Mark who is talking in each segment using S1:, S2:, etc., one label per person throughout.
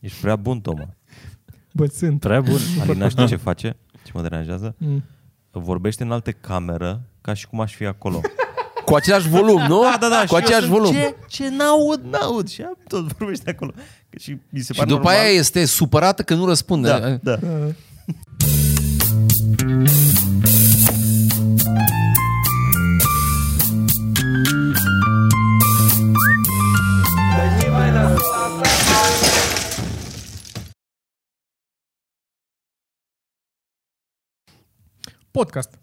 S1: Ești prea bun, Toma.
S2: Bă, sunt.
S1: Prea bun. Alina știi ce face? Ce mă deranjează? Vorbește în alte cameră ca și cum aș fi acolo.
S3: Cu același volum, nu?
S1: Da, da, da. și
S3: Cu
S1: eu
S3: același
S1: sunt,
S3: volum.
S1: Ce, ce n-aud, n-aud. Și ea tot vorbește acolo. Că Și mi se
S3: Și
S1: pare
S3: după
S1: normal.
S3: aia este supărată că nu răspunde.
S1: Da, da.
S2: Podcast.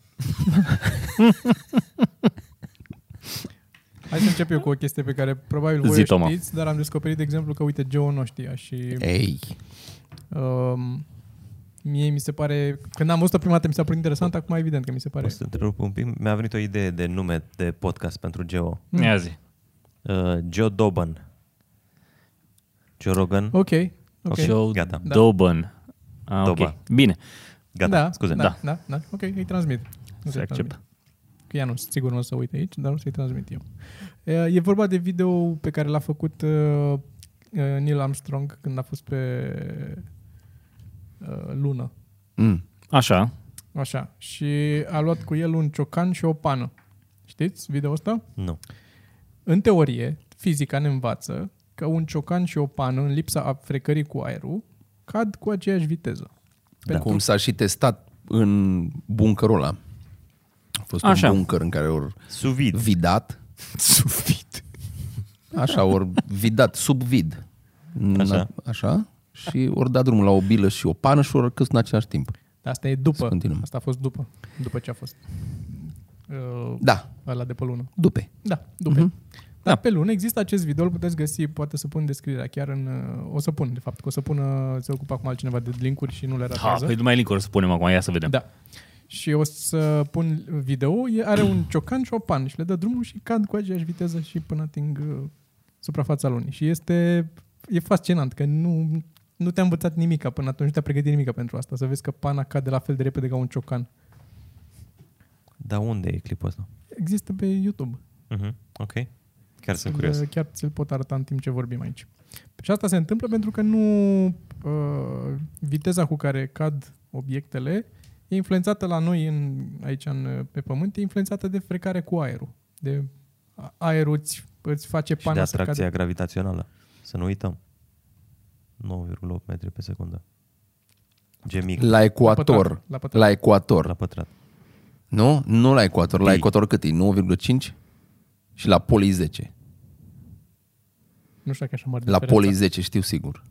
S2: Hai să încep eu cu o chestie pe care probabil voi
S4: Zi,
S2: o
S4: Toma.
S2: știți, dar am descoperit, de exemplu, că uite, Joe nu o știa și
S3: Ei,
S2: um, mie mi se pare, când am văzut-o prima dată mi s-a părut interesant, acum evident că mi se pare.
S1: Poți să te întrerup un pic? Mi-a venit o idee de nume de podcast pentru Geo.
S2: Mm.
S4: Ia zi.
S1: Uh, Joe Doban. Joe Rogan.
S2: Ok, ok.
S1: Și eu-
S4: Joe
S1: Gata.
S2: Da.
S4: Doban. Ah,
S1: Doban.
S4: ok. Bine,
S1: Gata,
S2: da,
S1: scuze.
S2: Da,
S4: Da.
S2: da, da, ok, îi transmit. Nu
S4: se acceptă.
S2: Că ea nu, sigur nu o să uite aici, dar o să-i transmit eu. E, E vorba de video pe care l-a făcut uh, uh, Neil Armstrong când a fost pe uh, lună.
S3: Mm.
S4: Așa.
S2: Așa. Și a luat cu el un ciocan și o pană. Știți video ăsta?
S1: Nu.
S2: În teorie, fizica ne învață că un ciocan și o pană, în lipsa afrecării cu aerul, cad cu aceeași viteză.
S3: Da. Cum s-a și testat în buncărul ăla. A fost
S4: Așa.
S3: un bunker în care ori
S1: Suvid.
S3: vidat. Subvid. Așa, ori vidat, sub vid.
S1: Așa.
S3: Așa. Și ori dat drumul la o bilă și o pană și ori căs în același timp.
S2: Dar asta e
S3: Să
S2: după.
S3: continuăm.
S2: Asta a fost după. După ce a fost. Uh,
S3: Da,
S2: ăla de pe lună.
S3: dupe.
S2: Da, după.
S4: Mhm.
S2: Mm-hmm. Dar
S4: Da.
S2: pe lună există acest video, îl puteți găsi, poate să pun descrierea chiar în... uh, O să pun, de fapt, că o să pun, uh, se ocupa acum altcineva de linkuri și nu le
S4: Ha,
S2: ratează.
S4: păi numai link să punem acum, ia să vedem.
S2: Da. Și o să pun video, E- are un ciocan și o pană și le dă drumul și cad cu aceeași viteză și până ating uh, suprafața lunii. Și este e fascinant că nu, nu te-a învățat nimica până atunci, nu te-a pregătit nimica pentru asta. Să vezi că pana cade la fel de repede ca un ciocan.
S1: Dar unde e clipul ăsta?
S2: Există pe YouTube.
S1: Mhm, Ok. Chiar sunt uh, curios.
S2: Chiar ți-l pot arăta în timp ce vorbim aici. Și asta se întâmplă pentru că nu uh, viteza cu care cad obiectele e influențată la noi în, aici în, pe pământ, e influențată de frecare cu aerul. De a- aerul îți, îți face
S1: Și de
S2: pana să
S1: atracția
S2: cadă.
S1: gravitațională. Să nu uităm. 9,8 metri pe secundă. G mic.
S3: La ecuator.
S2: pătrat, la pătrat.
S3: La ecuator.
S1: La Da. pătrat.
S3: Nu? Nu la ecuator. La
S1: Pi.
S3: ecuator cât e? 9,5? Și la poli 10.
S2: Nu știu dacă e așa mare
S3: La
S2: diferență.
S3: poli 10, știu sigur.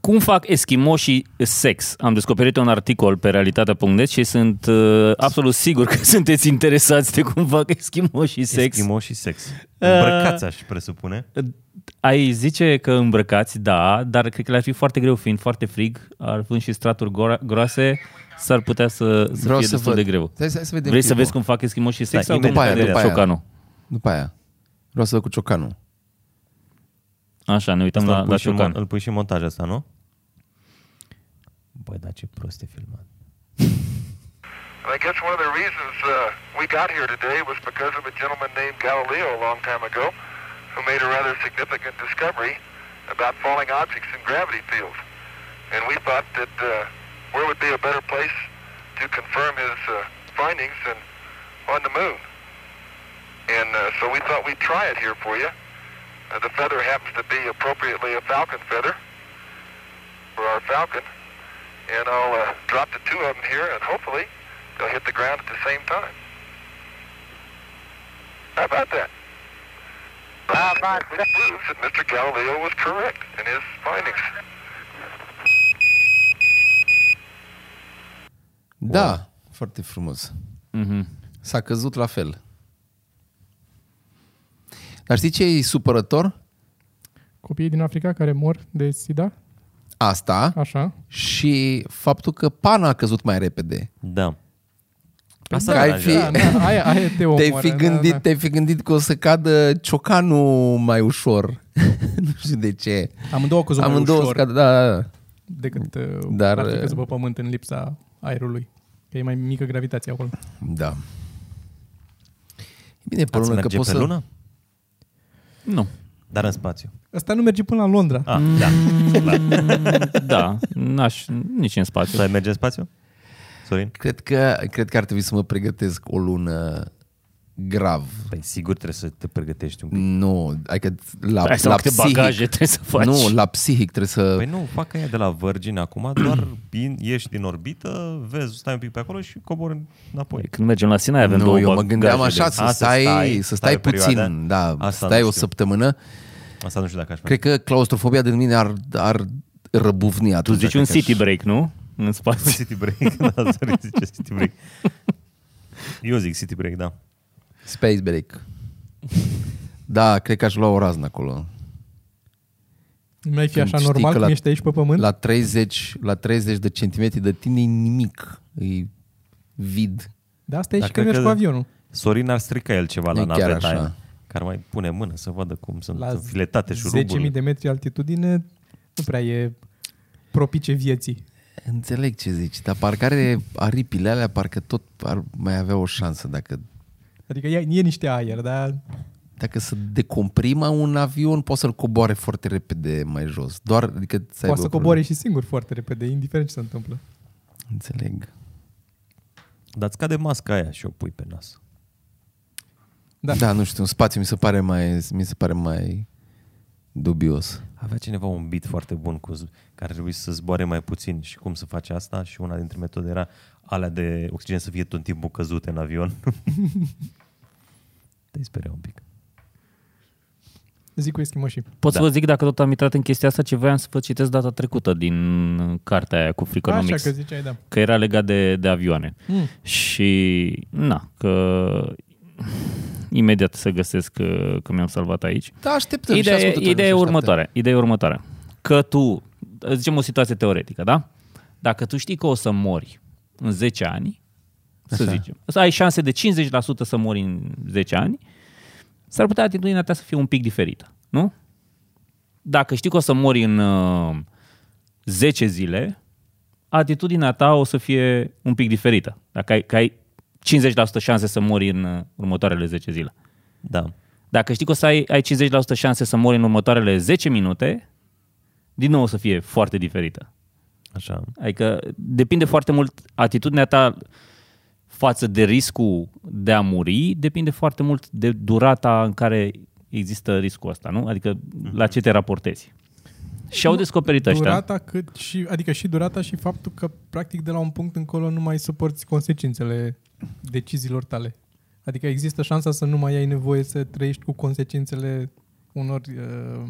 S4: Cum fac eschimoșii sex? Am descoperit un articol pe realitatea.net și sunt uh, absolut sigur că sunteți interesați de cum fac eschimoșii sex. Uh,
S1: Eschimo și sex. Îmbrăcați aș presupune.
S4: Ai zice că îmbrăcați, da, dar cred că le-ar fi foarte greu, fiind foarte frig, ar fi și straturi gora- groase, s-ar putea să, să fie destul de greu.
S3: Hai, să- hai să vedem
S4: Vrei să
S3: clipul.
S4: vezi cum fac eschimoșii sex
S1: Stai,
S4: sau cum
S1: imediat,
S4: fac
S3: după aia.
S4: ciocanul?
S3: După aia. Vreau să văd cu ciocanul.
S4: Așa, ne uităm
S1: Asta
S4: la,
S1: îl, pui
S4: la
S1: și în,
S4: ciocan.
S1: mon- îl pui și în montajul ăsta, nu? Băi, dar ce prost e filmat.
S5: I guess one of the reasons uh, we got here today was because of a gentleman named Galileo a long time ago who made a rather significant discovery about falling objects in gravity fields. And we thought that uh, where would be a better place to confirm his uh, findings than on the moon. And uh, so we thought we'd try it here for you. Uh, the feather happens to be appropriately a falcon feather for our falcon. And I'll uh, drop the two of them here and hopefully they'll hit the ground at the same time. How about that? How about that? proves that Mr. Galileo was correct in his findings.
S3: Da, foarte frumos.
S4: Mhm.
S3: S-a căzut la fel. Dar știi ce e supărător?
S2: Copiii din Africa care mor de SIDA,
S3: Asta
S2: așa.
S3: și faptul că pana a căzut mai repede.
S1: Da.
S3: Asta ai fi,
S2: Da, da, aia, aia te Da, omoară.
S3: te-ai, fi gândit, te-ai fi gândit că o să cadă ciocanul mai ușor. nu știu de ce.
S2: da. Amândouă căzut mai
S3: Amândouă
S2: ușor
S3: scad, da, da, da.
S2: decât uh,
S3: Dar-
S2: Dar, ar fi căzut pe pământ în lipsa aerului. Că e mai mică gravitația acolo.
S3: Da. E bine pe
S1: Ați
S3: lună
S1: merge
S3: că
S1: pe
S3: poți să...
S1: lună?
S4: Nu.
S1: Dar în spațiu.
S2: Asta nu merge până la Londra.
S1: Ah, da.
S4: Da, n-aș, nici în
S1: Tu
S4: spațiu.
S1: ai merge în spațiu? Sorin?
S3: Cred că, cred că ar trebui să mă pregătesc o lună grav.
S1: Păi sigur trebuie să te pregătești un pic.
S3: Nu, adică la,
S4: Hai să
S3: la
S4: câte
S3: psihic,
S4: bagaje trebuie să faci.
S3: Nu, la psihic trebuie să...
S1: Păi nu, fac aia de la Virgin acum, doar in, ieși din orbită, vezi, stai un pic pe acolo și cobori înapoi.
S4: Păi Când mergem la Sinaia avem două
S3: nu, eu mă
S4: bagaje
S3: gândeam așa,
S4: de-
S3: să,
S1: A, să
S3: stai,
S1: stai,
S3: să
S1: stai
S3: stai
S1: o perioadă.
S3: puțin, da,
S1: Asta
S3: stai
S1: nu
S3: o
S1: știu.
S3: săptămână.
S1: Asta nu știu dacă aș face.
S3: Cred că claustrofobia din mine ar, ar răbufni
S4: Tu
S3: atunci.
S4: zici un
S3: cred că
S4: city break, nu? În spațiu.
S1: City Break, da, Sorin zice City Break. Eu zic City Break, da.
S3: aș- Space break. Da, cred că aș lua o raznă acolo.
S2: Nu mai fi
S3: Când
S2: așa
S3: știi
S2: normal
S3: că
S2: cum
S3: la-
S2: ești aici pe pământ?
S3: La 30, la 30 de centimetri de tine e nimic. E vid.
S2: Da, asta e
S1: Dar
S2: și când
S1: cred
S2: mergi
S1: că-
S2: cu avionul.
S1: Sorin ar strica el ceva la
S3: E chiar
S1: naveta
S3: așa.
S1: aia, care mai pune mână să vadă cum sunt
S2: La
S1: filetate șuruburile.
S2: 10.000 de metri altitudine nu prea e propice vieții.
S3: Înțeleg ce zici, dar parcă are aripile alea, parcă tot ar mai avea o șansă dacă,
S2: Adică e, e niște aer, dar
S3: dacă să decomprima un avion, poate să-l coboare foarte repede mai jos. Doar, adică să aibă
S2: poate să
S3: o
S2: coboare și singur foarte repede, indiferent ce se întâmplă.
S3: problemă. Înțeleg.
S1: Dar îți cade masca aia și o pui pe nas.
S2: Da.
S3: Da. da, nu știu, în spațiu mi se pare mai, mi se pare mai dubios.
S1: Avea cineva un beat foarte bun cu z- care trebuie să zboare mai puțin și cum să face asta și una dintre metode era alea de oxigen să fie tot timpul căzute în avion. Te speria un pic.
S2: Zic cu eschimoșii.
S4: Pot să
S1: Da.
S4: vă zic, dacă tot am intrat în chestia asta, ce voiam să vă citesc data trecută din cartea aia cu Freakonomics.
S2: Așa că ziceai, da.
S4: că Hmm. era legat de, de avioane.
S2: Mm.
S4: Și, na, că imediat să găsesc că, că mi-am salvat aici.
S3: Da, așteptăm
S4: Ideea,
S3: și
S4: e-
S3: ascultătorii
S4: ideea e
S3: își așteaptă.
S4: următoare. Ideea e următoare. Că tu, zicem o situație teoretică, da? Dacă tu știi că o să mori în 10 ani, să Așa. zicem, să ai șanse de 50% să mori în 10 ani, s-ar putea atitudinea ta să fie un pic diferită, nu? Dacă știi că o să mori în uh, 10 zile, atitudinea ta o să fie un pic diferită. Dacă ai, că ai 50% șanse să mori în uh, următoarele 10 zile.
S1: Da.
S4: Dacă știi că o să ai, ai 50% șanse să mori în următoarele 10 minute, din nou o să fie foarte diferită.
S1: Așa.
S4: Adică depinde foarte mult atitudinea ta față de riscul de a muri, depinde foarte mult de durata în care există riscul ăsta, nu? Adică la
S3: Mhm.
S4: ce te raportezi. Și au descoperit ăștia.
S2: Durata cât și, adică și durata și faptul că practic de la un punct încolo nu mai suporți consecințele deciziilor tale. Adică există șansa să nu mai ai nevoie să trăiești cu consecințele unor uh,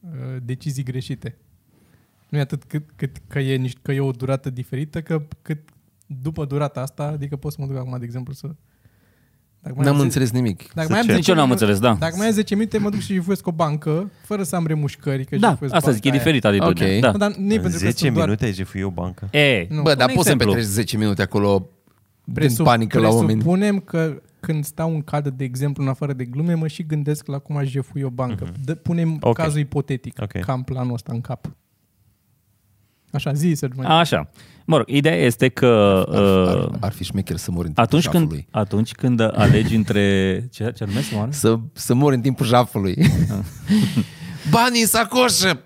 S2: uh, decizii greșite. Nu e atât cât, cât că, e, nici- că e o durată diferită, că cât după durata asta, adică pot să mă duc acum, de exemplu, să... Dacă mai
S3: N-am
S2: am zi-
S3: înțeles nimic.
S2: Dacă mai am
S1: ce?
S2: 10
S4: Nici eu n-am
S2: minute-
S4: înțeles, da.
S2: Dacă mai am 10 minute, mă duc și jifuiesc o bancă, fără să am remușcări. Că
S4: Da,
S2: jifuiesc
S4: asta zic, e
S2: banca aia.
S4: diferit atitudinea.
S3: Ok.
S4: Da.
S2: Nu, dar nu e
S1: În
S2: pentru
S1: 10
S2: că sunt
S1: minute ai jefui o bancă?
S4: E,
S2: Nu.
S3: Bă, dar
S4: un
S3: poți să
S4: exemplu.
S3: petreci 10 minute acolo din
S2: presup-
S3: panică la oameni.
S2: Presupunem că când stau în cadă, de exemplu, în afară de glume, mă și gândesc la cum aș jefui o bancă.
S3: Mhm.
S2: Mm-hmm. Dă, punem
S1: Ok.
S2: okay. cazul ipotetic,
S1: Ok.
S2: okay. cam planul ăsta în cap. Așa, zi, Sergiu. mai-
S4: Așa. Mă rog, ideea este că...
S3: Ar,
S4: uh,
S3: ar, ar fi șmecher să mor în timpul
S4: Atunci când,
S3: jafului.
S4: atunci când alegi între... Ce, ce numesc, oare?
S3: Să, să mor în timpul jafului. Banii în sacoșă!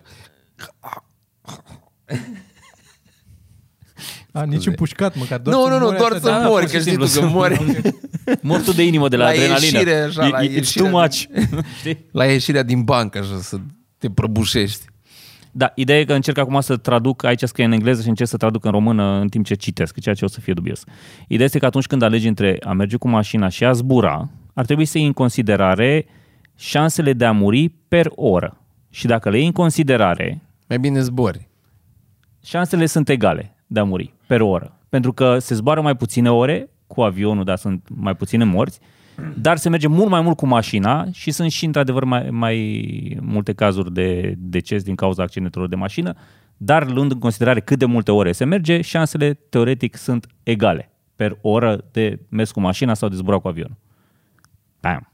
S2: A, nici împușcat măcar. Doar
S3: nu,
S2: să
S3: nu, nu,
S2: mori
S3: doar
S2: așa,
S3: să
S2: da.
S4: da,
S3: mori,
S4: pur și
S3: că știi
S4: simplu
S3: tu că
S4: să
S3: mori.
S4: Mor tu de inimă de la,
S3: La
S4: adrenalină.
S3: ieșire, așa,
S4: E-
S3: la
S4: e- It's
S3: ieșire.
S4: too much. Știi?
S3: La ieșirea din bancă, așa, să te prăbușești.
S4: da, ideea e că încerc acum să traduc, aici scrie în engleză și încerc să traduc în română în timp ce citesc, ceea ce o să fie dubios. Ideea este că atunci când alegi între a merge cu mașina și a zbura, ar trebui să iei în considerare șansele de a muri per oră. Și dacă le iei în considerare,
S3: Mai bine zbori.
S4: șansele sunt egale de a muri per oră. Pentru că se zboară mai puține ore cu avionul, dar sunt mai puține morți, dar se merge mult mai mult cu mașina și sunt și într-adevăr mai, mai multe cazuri de deces din cauza accidentelor de mașină, dar luând în considerare cât de multe ore se merge, șansele teoretic sunt egale per oră de mers cu mașina sau de zbura cu avionul. Bam.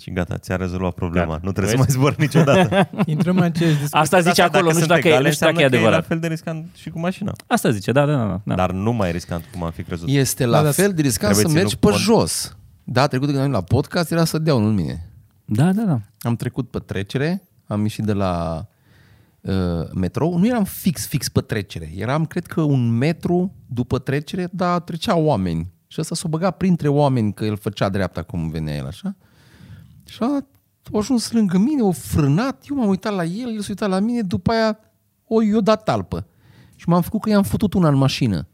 S1: Și gata, ți-a rezolvat problema.
S4: Gata.
S1: Nu trebuie
S4: Da. Vezi?
S1: să mai zbori niciodată.
S2: Intrăm în aceeași discuție.
S4: Asta zice
S1: Dacă
S4: acolo, nu știu
S1: sunt
S4: dacă e,
S1: egale,
S4: nu știu dacă e
S1: înseamnă că
S4: adevărat.
S1: la fel de riscant și cu mașina.
S4: Asta zice, da, da, da. da.
S1: Dar nu mai riscant cum am fi crezut.
S3: Este
S2: Da,
S3: la
S2: dar
S3: fel de riscant
S1: trebuie
S3: să mergi
S1: ținut
S3: pe
S1: cont.
S3: jos. Da, trecut când am venit la podcast era să dea unul în mine.
S4: Da, da, da.
S3: Am trecut pe trecere, am ieșit de la uh, metrou. Nu eram fix, fix pe trecere. Eram, cred că, un metru după trecere, dar treceau oameni. Și ăsta s-o băga printre oameni, că el făcea dreapta cum venea el, așa. Și a a ajuns lângă mine, o frânat, eu m-am uitat la el, el s-a uitat la mine, după aia o i-o dat talpă. Și m-am făcut că i-am făcut una în mașină.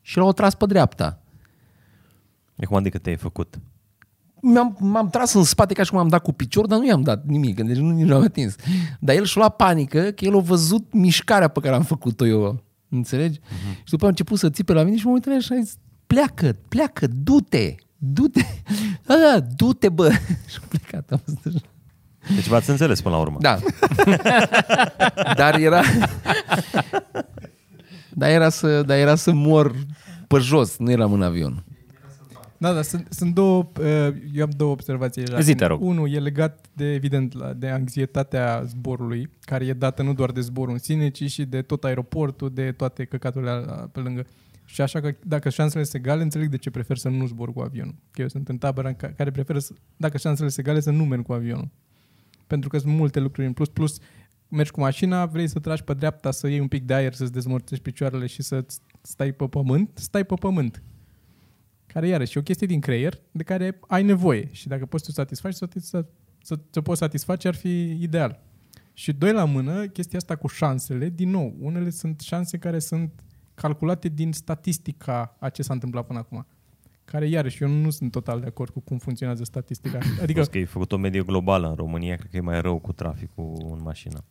S3: Și l-au tras pe dreapta.
S1: Acum de cât adică te-ai făcut?
S3: m-am, m-am tras în spate ca și cum am dat cu picior, dar nu i-am dat nimic, deci nu, nici nu am atins. Dar el și-a luat panică că el a văzut mișcarea pe care am făcut-o eu, înțelegi? Uh-huh. Și după aia a început să țipe la mine și mă uitam așa, zis, pleacă, pleacă, du-te, du-te, da, da, du-te, bă. Și a plecat, am zis așa.
S1: Deci v-ați înțeles până la urmă.
S3: Da. dar era... dar, era să, dar era să mor pe jos, nu eram în avion.
S2: Da, da, sunt, sunt două, uh, eu am două observații. la
S4: Zi,
S2: tine.
S4: te rog.
S2: Unul e legat de, evident, la- de anxietatea zborului, care e dată nu doar de zborul în sine, ci și de tot aeroportul, de toate căcaturile alea pe lângă. Și așa că dacă șansele sunt egale, înțeleg de ce prefer să nu zbor cu avionul. Că eu sunt în tabăra în ca- care preferă, să, dacă șansele sunt egale, să nu merg cu avionul. Pentru că sunt multe lucruri în plus. Plus, mergi cu mașina, vrei să tragi pe dreapta, să iei un pic de aer, să-ți dezmorțești picioarele și să stai pe pământ, stai pe pământ care iarăși e o chestie din creier de care ai nevoie și dacă poți să o satisfaci, să, să, să, să poți satisface ar fi ideal. Și doi la mână, chestia asta cu șansele, din nou, unele sunt șanse care sunt calculate din statistica a ce s-a întâmplat până acum. Care, iarăși, eu nu sunt total de acord cu cum funcționează statistica. Adică,
S1: Plus că ai făcut o medie globală în România, cred că e mai rău cu traficul în mașină.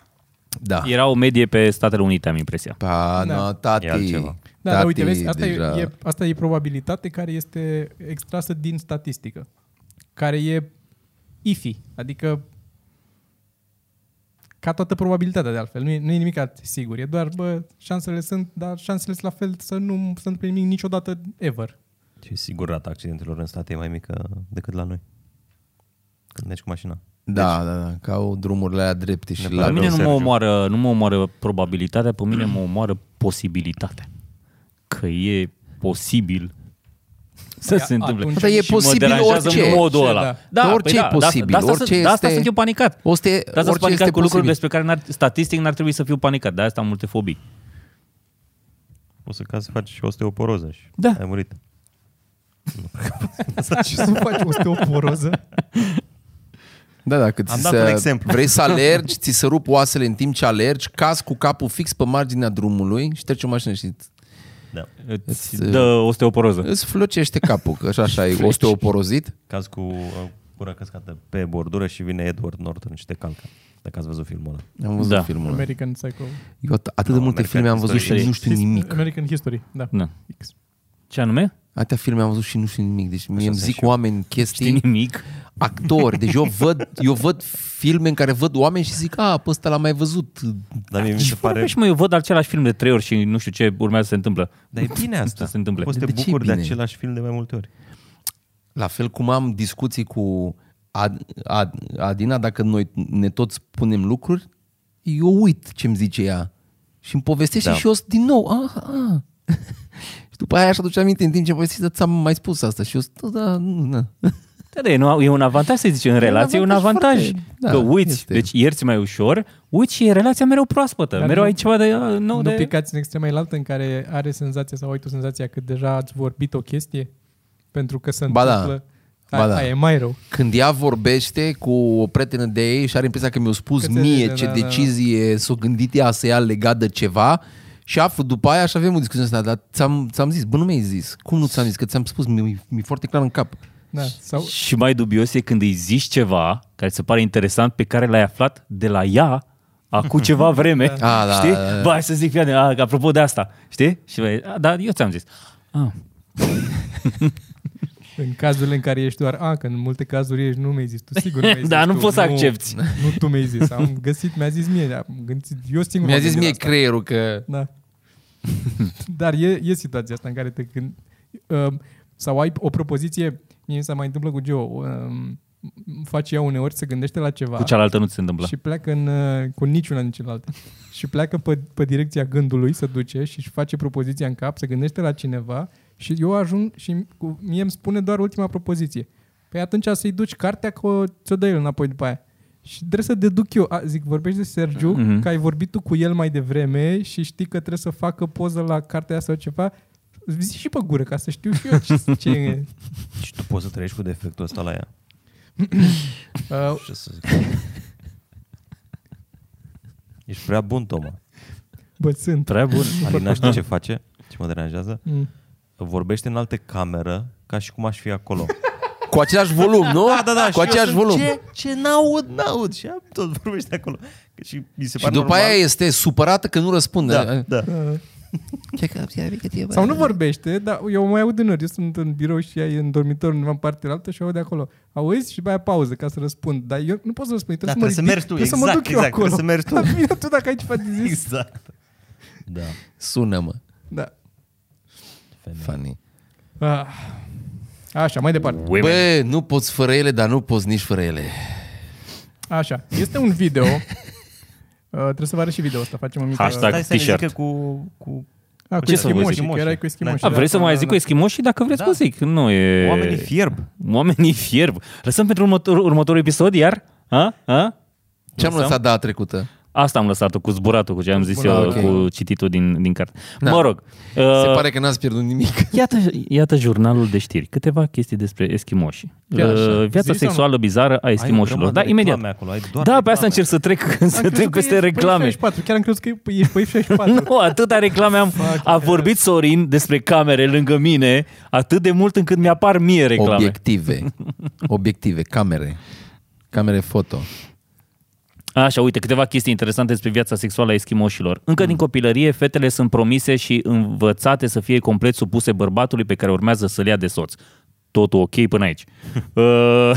S3: Da.
S4: Era o medie pe Statele Unite, am impresia.
S3: Pa,
S2: Da.
S3: no, tati.
S1: E altceva.
S2: da, da,
S3: Tati,
S2: uite, vezi, asta,
S3: deja-
S2: e, e, asta e probabilitate care este extrasă din statistică, care e ifi, adică ca toată probabilitatea de altfel. Nu e, nu e nimic alt- sigur. E doar, bă, șansele sunt, dar șansele sunt la fel să nu sunt pe nimic niciodată ever.
S1: Și sigur rata accidentelor în state e mai mică decât la noi. Când mergi cu mașina.
S4: Deci-
S3: Da, da, da, ca au drumurile alea drepte și
S4: La
S3: la
S4: pe mine
S1: rău,
S4: nu mă,
S1: Sergiu.
S4: omoară, nu mă omoară probabilitatea, pe mine mă omoară posibilitatea. Că e posibil să
S2: Păi,
S4: se întâmple.
S2: atunci-
S3: Dar e
S4: Și mă
S3: posibil
S4: deranjează
S3: orice.
S4: în modul
S2: Orice,
S4: ăla.
S2: da.
S3: Dar orice
S4: păi
S3: e posibil,
S4: De asta, de asta,
S3: orice
S4: sunt, de asta
S3: este-
S4: sunt eu panicat.
S3: Orice-
S4: de asta sunt
S3: orice
S4: panicat
S3: este
S4: cu lucruri
S3: posibil.
S4: despre care n-ar, statistic n-ar trebui să fiu panicat. De asta am multe fobii.
S1: O să ca să faci și osteoporoză și
S4: Da.
S1: ai murit.
S2: Și să faci osteoporoză.
S3: Da, da, că ți
S1: Am
S3: se,
S1: dat un exemplu.
S3: vrei să alergi, ți se rup oasele în timp ce alergi, caz cu capul fix pe marginea drumului și treci o mașină și
S1: Da.
S4: Îți uh,
S3: Îți,
S4: dă osteoporoză.
S3: îți flocește capul, că așa, așa e osteoporozit.
S1: Caz cu uh, gura căscată pe bordură și vine Edward Norton și te calcă. Dacă ați văzut filmul ăla.
S3: Am văzut
S4: Da.
S3: da. filmul ăla.
S2: American Psycho.
S3: Eu at- atât de
S1: No,
S3: multe
S1: American
S3: filme am văzut și
S1: History.
S3: nu știu nimic.
S2: American History, da.
S4: Da.
S2: X.
S4: Ce anume?
S3: Atâtea filme am văzut și nu știu nimic. Deci mie îmi
S1: sunt
S3: zic
S1: și eu.
S3: oameni
S4: Știi
S3: chestii,
S4: nimic?
S3: actori. Deci eu văd, eu văd filme în care văd oameni și zic, a, pe ăsta l-am mai văzut.
S1: Dar mie mi
S4: Și
S1: se pare...
S4: vorbești, mă, eu văd același film de trei ori și nu știu ce urmează să se întâmplă.
S1: Dar e bine asta.
S4: Să se întâmple.
S1: Da. Poți să te
S3: De ce e
S1: bucuri de
S3: bine?
S1: același film de mai multe ori.
S3: La fel cum am discuții cu Ad, Ad, Adina, dacă noi ne toți punem lucruri, eu uit ce-mi zice ea. Și îmi povestește
S1: Da.
S3: da. și eu sunt din nou. Ah, ah. și după aia așa aduce aminte în timp ce povestește, ți-am mai spus asta. Și eu sunt, "Da, da, nu, da.
S4: Da, da, e nu- e un avantaj să zici, în relație e un
S3: avantaj
S4: avantaj.
S3: foarte-
S4: Da,
S3: da,
S4: că uiți,
S3: este.
S4: deci ierți mai ușor, uiți și e relația mereu proaspătă.
S2: Dar
S4: mereu
S2: nu-
S4: ai ceva de uh, nou
S2: Nu, nu
S4: de...
S2: picați în extrema înaltă în care are senzația sau ai tu senzația că deja ați vorbit o chestie pentru că se
S3: Ba da.
S2: întâmplă...
S3: Ba da.
S2: Aia e mai rău.
S3: Când ea vorbește cu o prietenă de ei și are impresia că mi-a spus
S2: Că
S3: că
S2: ți-a
S3: mie
S2: zis,
S3: ce
S2: da, da, da.
S3: decizie s-o gândit ea să ia legat de ceva și aflu după aia și avem o discuție asta, dar ți-am, ți-am zis, bă, nu mi-ai zis. Cum nu ți-am zis? Că ți-am spus, mi-e, mi-e foarte clar în cap.
S2: Da. Sau,
S4: Și mai dubios e când îi zici ceva care ți se pare interesant pe care l-ai aflat de la ea acum ceva vreme,
S3: A, da,
S4: știi?
S3: da, da.
S4: Bă, hai să zic, fii, a, apropo de asta, știi? Și mai, a, da, eu ți-am zis. A,
S2: În cazurile în care ești doar, a, că în multe cazuri ești, nu mi-ai zis, tu sigur nu mi-ai zis
S4: Da, nu
S2: tu,
S4: poți să accepti.
S2: Nu tu mi-ai zis, am găsit, mi-a zis mie, am gândit, eu singur
S3: Mi-a
S2: m-am
S3: zis
S2: gândit
S3: mie
S2: la asta.
S3: creierul că...
S2: Da. Dar e, e situația asta în care te gând... Um, sau ai o propoziție, mie mi se mai întâmplă cu Geo, um, face ea uneori, se gândește la ceva.
S4: cu cealaltă nu ți se întâmplă.
S2: Și pleacă în, uh, cu niciuna din celelalte. și pleacă pe, pe direcția gândului, se duce și își face propoziția în cap, se gândește la cineva și eu ajung și cu, mie îmi spune doar ultima propoziție. Păi atunci să-i duci cartea că ți-o dă el înapoi după aia. Și trebuie să deduc eu. A, zic, vorbești de Sergiu, mm-hmm. că ai vorbit tu cu el mai devreme și știi că trebuie să facă poză la cartea aia sau ceva. Zici și pe gură, ca să știu și eu ce, ce e.
S1: Și tu poți să trăiești cu defectul ăsta la ea.
S2: Uh,
S1: Ce să zic? Ești prea bun, Toma.
S2: bă, sunt.
S1: Prea bun. Alina știi ce face? Ce mă deranjează?
S2: Mm.
S1: Vorbește în alte cameră ca și cum aș fi acolo.
S3: Cu același volum, nu? Da, da, da. Cu același volum.
S1: Ce, ce n-aud, n-aud. Și ea tot vorbește acolo. Că și mi se
S3: Și
S1: pare
S3: după
S1: normal.
S3: aia este supărată că nu răspunde.
S1: Da, da.
S3: Chiar că- chiar că e-
S1: Păi.
S2: Sau nu vorbește, dar eu mai aud în ori. Eu sunt în birou și ea e în dormitor undeva în partea altă și aud de acolo. Auzi? Și după aia pauză ca să răspund. Dar eu nu pot să răspund,
S1: Da,
S2: trebuie, să, mă
S1: trebuie să mergi
S2: ridic,
S1: tu,
S2: trebuie să mă
S1: exact,
S2: duc eu
S1: exact,
S2: acolo.
S1: trebuie să mergi tu.
S2: Dar bine, tu dacă ai ceva de zis.
S1: Exact. Da,
S3: Sună, mă.
S1: Exact.
S2: Da.
S1: femeie.
S3: Funny.
S2: Ah. Așa, mai departe.
S4: Women.
S3: Bă, nu poți fără ele, dar nu poți nici fără ele.
S2: Așa, este un video. Uh, trebuie să vă arăt și video ăsta, facem o mică...
S4: Hashtag.
S1: Stai să ne
S4: t-shirt.
S1: zică cu, cu
S2: A, cu
S1: Ce să vă zic?
S2: eschimoșii, că erai cu eschimoșii.
S4: A, Da. Ah, vrei să mai zic cu eschimoșii? Dacă vreți,
S1: Da.
S4: da. vă zic. Nu e...
S1: oamenii fierb.
S4: Oamenii fierb. Lăsăm pentru următor, următorul episod, iar? A? A?
S3: Ce-am
S4: Lăsăm?
S3: lăsat data trecută?
S4: Asta am lăsat-o cu zburatul, cu ce am zis
S3: Da,
S4: eu,
S3: ok.
S4: cu cititul din, din carte.
S3: Da.
S4: Mă rog.
S3: Se
S4: uh,
S3: pare că n-ați pierdut nimic.
S4: Iată, iată jurnalul de știri. Câteva chestii despre eschimoși.
S2: Ia așa.
S4: Uh, Viața
S2: Zi sau
S4: sexuală bizară a
S1: Ai o
S4: eschimoșilor.
S1: grămadă
S4: Da,
S1: de
S4: imediat.
S1: reclame Acolo, ai doar
S4: Da, pe
S1: reclame.
S4: asta încerc să trec, să
S2: Adică
S4: trec peste reclame.
S2: 64. Chiar am crezut că e- ești pe F64.
S4: Nu, atâta reclame am. A vorbit Sorin despre camere lângă mine atât de mult încât mi-apar mie reclame.
S3: Obiective. Obiective, camere. Camere foto.
S4: Așa, uite, câteva chestii interesante despre viața sexuală a eschimoșilor. Încă din copilărie, fetele sunt promise și învățate să fie complet supuse bărbatului pe care urmează să-l ia de soț. Totul ok până aici. Uh,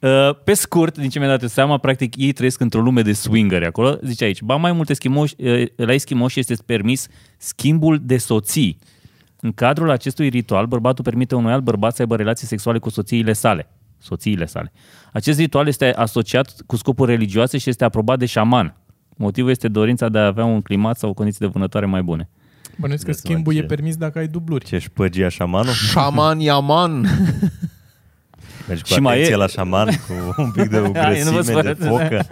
S4: Uh, pe scurt, din ce mi-a dat eu seama, practic ei trăiesc într-o lume de swingeri acolo. Zice aici, ba mai multe schimoși, uh, la eschimoși este permis schimbul de soții. În cadrul acestui ritual, bărbatul permite unui alt bărbat să aibă relații sexuale cu soțiile sale. Soțiile sale. Acest ritual este asociat cu scopuri religioase și este aprobat de șaman. Motivul este dorința de a avea un climat sau condiții de vânătoare mai bune.
S2: Bănuiesc că
S1: Vezi,
S2: schimbul e
S1: Marcel.
S2: permis dacă ai dubluri.
S1: Ce șpăgia șamanul?
S3: Șaman, iaman.
S1: Mergi cu
S4: Și
S1: și
S4: mai
S1: atenție
S4: e-
S1: la șaman, cu un pic de
S4: Hai, nu vă
S1: grăsime, de
S4: spălați.
S1: focă.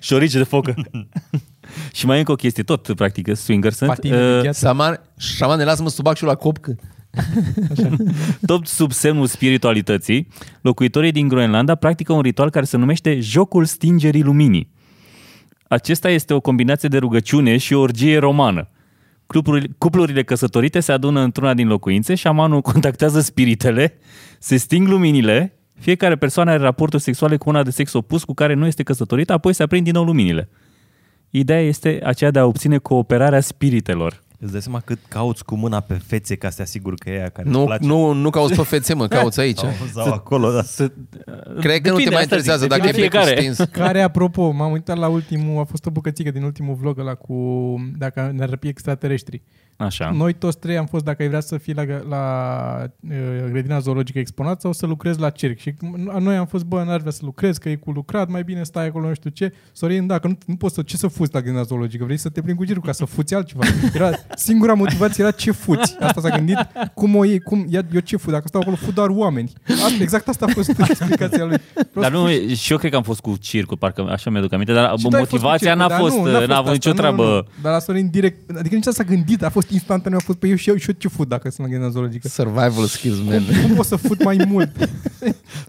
S4: Șorice de focă. și mai e încă o chestie, tot practic swingers sunt.
S2: Patine
S4: Uh,
S2: de gheață.
S3: Saman, șaman, ne lasă-mă sub acțiul la copcă.
S4: tot sub semnul spiritualității, locuitorii din Groenlanda practică un ritual care se numește Jocul Stingerii Luminii. Acesta este o combinație de rugăciune și o orgie romană. Cuplurile, cuplurile căsătorite se adună într-una din locuințe, șamanul contactează spiritele, se sting luminile, fiecare persoană are raporturi sexuale cu una de sex opus cu care nu este căsătorită, apoi se aprind din nou luminile. Ideea este aceea de a obține cooperarea spiritelor.
S1: Îți dai seama cât cauți cu mâna pe fețe ca să te asiguri că e aia care îți
S3: Nu,
S1: place.
S3: nu, nu cauți pe fețe, mă, cauți aici.
S1: Sau, sau acolo, da.
S4: Să,
S3: Cred că nu te
S4: Depinde,
S3: mai
S4: asta zic,
S3: interesează dacă e
S4: depinde
S3: pe
S4: fiecare.
S3: stins.
S2: Care, apropo, m-am uitat la ultimul, a fost o bucățică din ultimul vlog ăla cu dacă ne-ar răpi extraterestri.
S4: Așa.
S2: Noi toți trei am fost, dacă ai vrea să fii la, la uh, grădina zoologică exponat sau să lucrezi la circ. Și cum- noi am fost, bă, n-ar vrea să lucrezi, că e cu lucrat, mai bine stai acolo, nu știu ce. Sorin, dacă nu, nu poți să, ce să fuți la grădina zoologică? Vrei să te plimbi cu circul ca să fuți altceva? Era, singura motivație era ce fuți. Asta s-a gândit, cum o iei, cum, ia, eu ce fut, dacă stau acolo, fut doar oameni. Asta, exact asta a fost explicația lui.
S4: Dar
S2: Prost,
S4: nu, și eu cred că am fost cu circul, parcă așa mi-aduc aminte, dar
S2: Și tu ai fost uh, cu
S4: motivația
S2: circul,
S4: n-a
S2: dar
S4: fost,
S2: nu,
S4: n-a, avut
S2: asta,
S4: nicio
S2: nu,
S4: treabă.
S2: nu. Dar la Sorin direct, adică nici asta s-a gândit, a fost instantaneu, a fost pe eu și eu și eu ce fut dacă sunt la grădina zoologică.
S3: Survival skills, man.
S2: Cum pot să fut mai mult?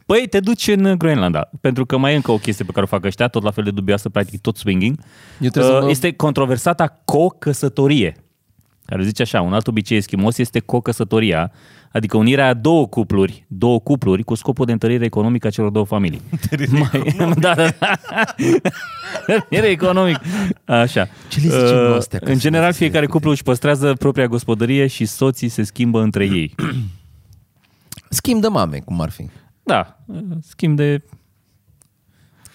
S4: Păi te duci în Groenlanda, pentru că mai e încă o chestie pe care o fac ăștia, tot la fel de dubioasă, practic tot swinging.
S3: Eu trebuie să
S4: Uh,
S3: mă-
S4: Este controversata co-căsătorie, care zice așa, un alt obicei eschimos este co-căsătoria, adică unirea a două cupluri, două cupluri cu scopul de întărire economică a celor două familii. Mai, da, da, da. Întărire economic. Așa.
S3: Ce le zicem
S4: Uh,
S3: lui astea ca
S4: În
S3: să
S4: general,
S3: nu se
S4: fiecare cuplu își păstrează propria gospodărie și soții se schimbă între ei.
S3: Schimb de mame, cum ar fi.
S4: Da, uh, schimb de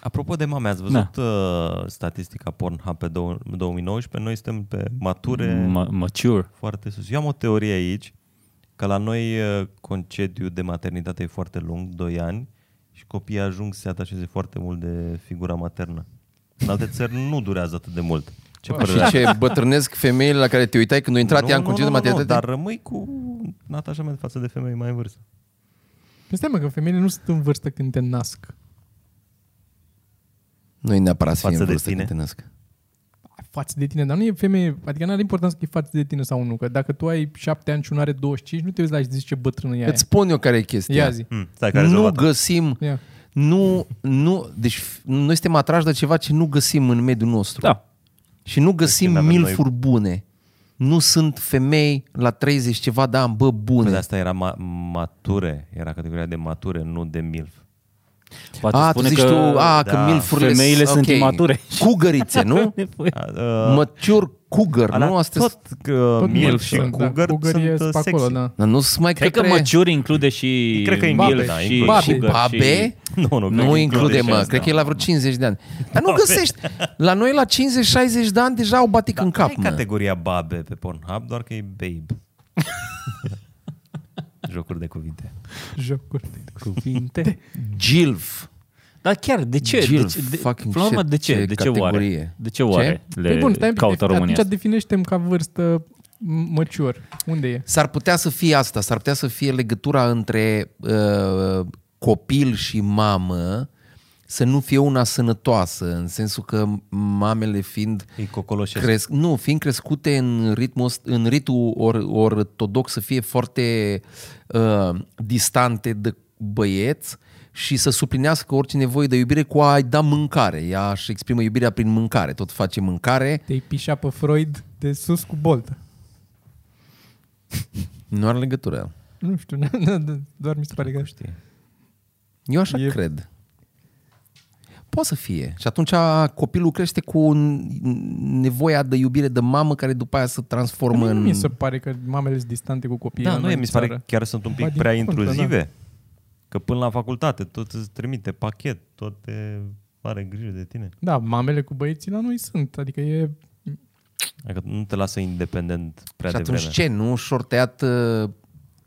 S1: Apropo de mame, ați
S3: Da.
S1: văzut uh, statistica Pornhub pe dou- 2019? Noi suntem pe mature
S4: ma- mature.
S1: foarte sus. Eu am o teorie aici, că la noi uh, concediu de maternitate e foarte lung, 2 ani, și copiii ajung să se atașeze foarte mult de figura maternă. În alte țări nu durează atât de mult. Ce părere
S3: Și ce, bătrânesc femeile la care te uitai când a intrat ea în concediu de maternitate?
S1: dar rămâi cu un atașament față de femei mai în vârstă.
S2: Stai mă, că femeile nu sunt în vârstă când te nasc.
S3: Nu e neapărat să fie
S1: Față
S3: în
S1: de
S3: vârstă
S1: tine?
S3: când te nasc.
S2: Față de tine, dar nu e femeie, adică nu are importanță că e față de tine sau nu, că dacă tu ai șapte ani și unul are 25, nu te uiți la și zici ce bătrână e aia.
S3: Îți spun eu care e chestia.
S2: Ia zi.
S1: Hmm, stai, care
S3: nu
S1: rezolvat?
S3: găsim,
S2: Ia.
S3: nu, nu, deci f- noi suntem atrași de ceva ce nu găsim în mediul nostru.
S4: Da.
S3: Și nu găsim
S1: Deci când avem
S3: milfuri bune. Nu sunt femei la 30 ceva de ani, bă,
S1: Păi
S3: bune.
S1: de asta era ma- mature, era categoria de mature, nu de MILF.
S4: Poate
S3: a, tu
S4: spune
S3: zici
S4: că...
S3: tu, a, că
S1: da,
S3: milfurile
S4: femeile sunt
S3: ok.
S4: imature.
S3: Cugărițe, nu?
S1: A, a,
S3: Mature cougar,
S1: alea
S3: Păi nu? Astea
S1: tot, uh, MILF
S2: milf
S1: și
S2: sunt, da.
S1: Cougar
S2: Cougar
S1: sunt
S2: e
S1: uh,
S2: pe
S1: sexy.
S2: acolo, da.
S3: Dar nu sunt mai
S4: Cred că
S3: către-
S4: măciuri include și
S1: Cred că e
S4: milf
S1: milf, da,
S4: și
S1: include.
S2: Și
S4: sugar și...
S3: babe?
S1: Nu, nu, cred
S3: Nu
S1: că
S3: include,
S1: și
S3: mă,
S1: asta.
S3: cred că e la vreo 50 de ani. Dar nu găsești. La noi la 50-60 de ani deja au batic în
S1: Care
S3: cap,
S1: e
S3: mă.
S1: categoria babe pe Pornhub, doar că e babe. Jocuri de cuvinte.
S2: Jocuri.
S4: Cuvinte.
S3: Gilf.
S4: Dar Da, chiar, de ce?
S3: Jill,
S4: de ce? De,
S3: fucking
S4: până la urmă,
S3: shit,
S4: de ce?
S3: ce
S4: de ce
S3: categorie.
S4: oare? De ce oare le
S2: Păi bun, stai un pic,
S4: caută România?
S2: atunci definește-mi ca vârstă măcior. Unde e?
S3: S-ar putea să fie asta, s-ar putea să fie legătura între uh, copil și mamă să nu fie una sănătoasă, în sensul că mamele fiind
S1: E cocoloșesc.
S3: cresc, nu, fiind crescute în ritmul, ăst- în ritul or, ortodox să fie foarte uh, distante de băieți și să suplinească orice nevoie de iubire cu a-i da mâncare. Ea își exprimă iubirea prin mâncare, tot face mâncare.
S2: Te-ai pișat pe Freud de sus cu boltă.
S3: Nu are legătură.
S2: Nu știu, doar mi se pare că...
S1: Știi.
S3: Eu așa
S2: E-
S3: e... cred. Poate să fie. Și atunci copilul crește cu nevoia de iubire de mamă care după aia se transformă
S2: Nu
S3: în...
S2: mi se pare că mamele sunt distante cu copiii.
S1: Da, nu, e, mi se pare că chiar sunt un
S2: Ba,
S1: pic
S2: din
S1: prea
S2: contră,
S1: intruzive. Că până la facultate tot îți trimite pachet, tot te are grijă de tine.
S2: Da, mamele cu băieții la noi sunt, adică e...
S1: Adică nu te lasă independent prea
S3: Și atunci
S1: devreme.
S3: ce, nu? Short tăiat uh,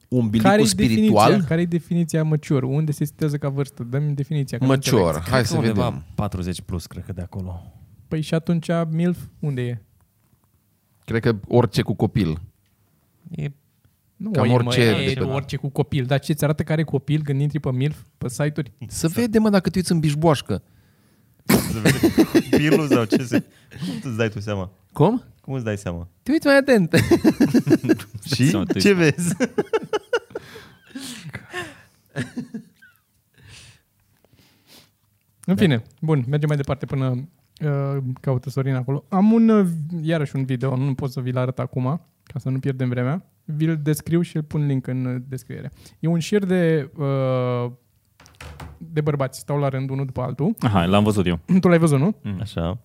S3: umbilicul
S2: Care-i
S3: spiritual?
S2: definiția, care-i definiția măcior? Unde se citează ca vârstă? Dă-mi definiția. că nu
S3: Măcior.
S2: înțeleg.
S1: Cred
S3: Hai
S1: că
S3: să
S1: undeva
S3: vedem.
S1: 40 plus, cred că de acolo.
S2: Păi și atunci MILF unde e?
S3: Cred că orice cu copil.
S1: E
S2: Nu,
S3: Cam
S2: e,
S3: orice
S2: Mă, e,
S3: de pe-
S2: orice cu copil. Dar ce ți arată care copil când intri pe MILF, pe site-uri?
S3: Să vedem, mă, dacă te uiți în bișboașcă.
S1: să vede copilul sau ce se... Cum îți dai tu seama?
S3: Cum?
S1: Cum îți dai seama?
S3: Te uiți mai atent.
S1: Și?
S4: Sau tu
S1: Ce vezi?
S2: În fine, bun, mergem mai departe până uh, caută Sorin acolo. Am un, uh, iarăși un video, nu pot să vi-l arăt acum, ca să nu pierdem vremea. Vi-l descriu și îl pun link în uh, descriere. E un șir de, uh, de bărbați, stau la rând unul după altul.
S4: Aha, l-am văzut eu.
S2: Tu l-ai văzut, nu?
S1: Așa.
S3: Al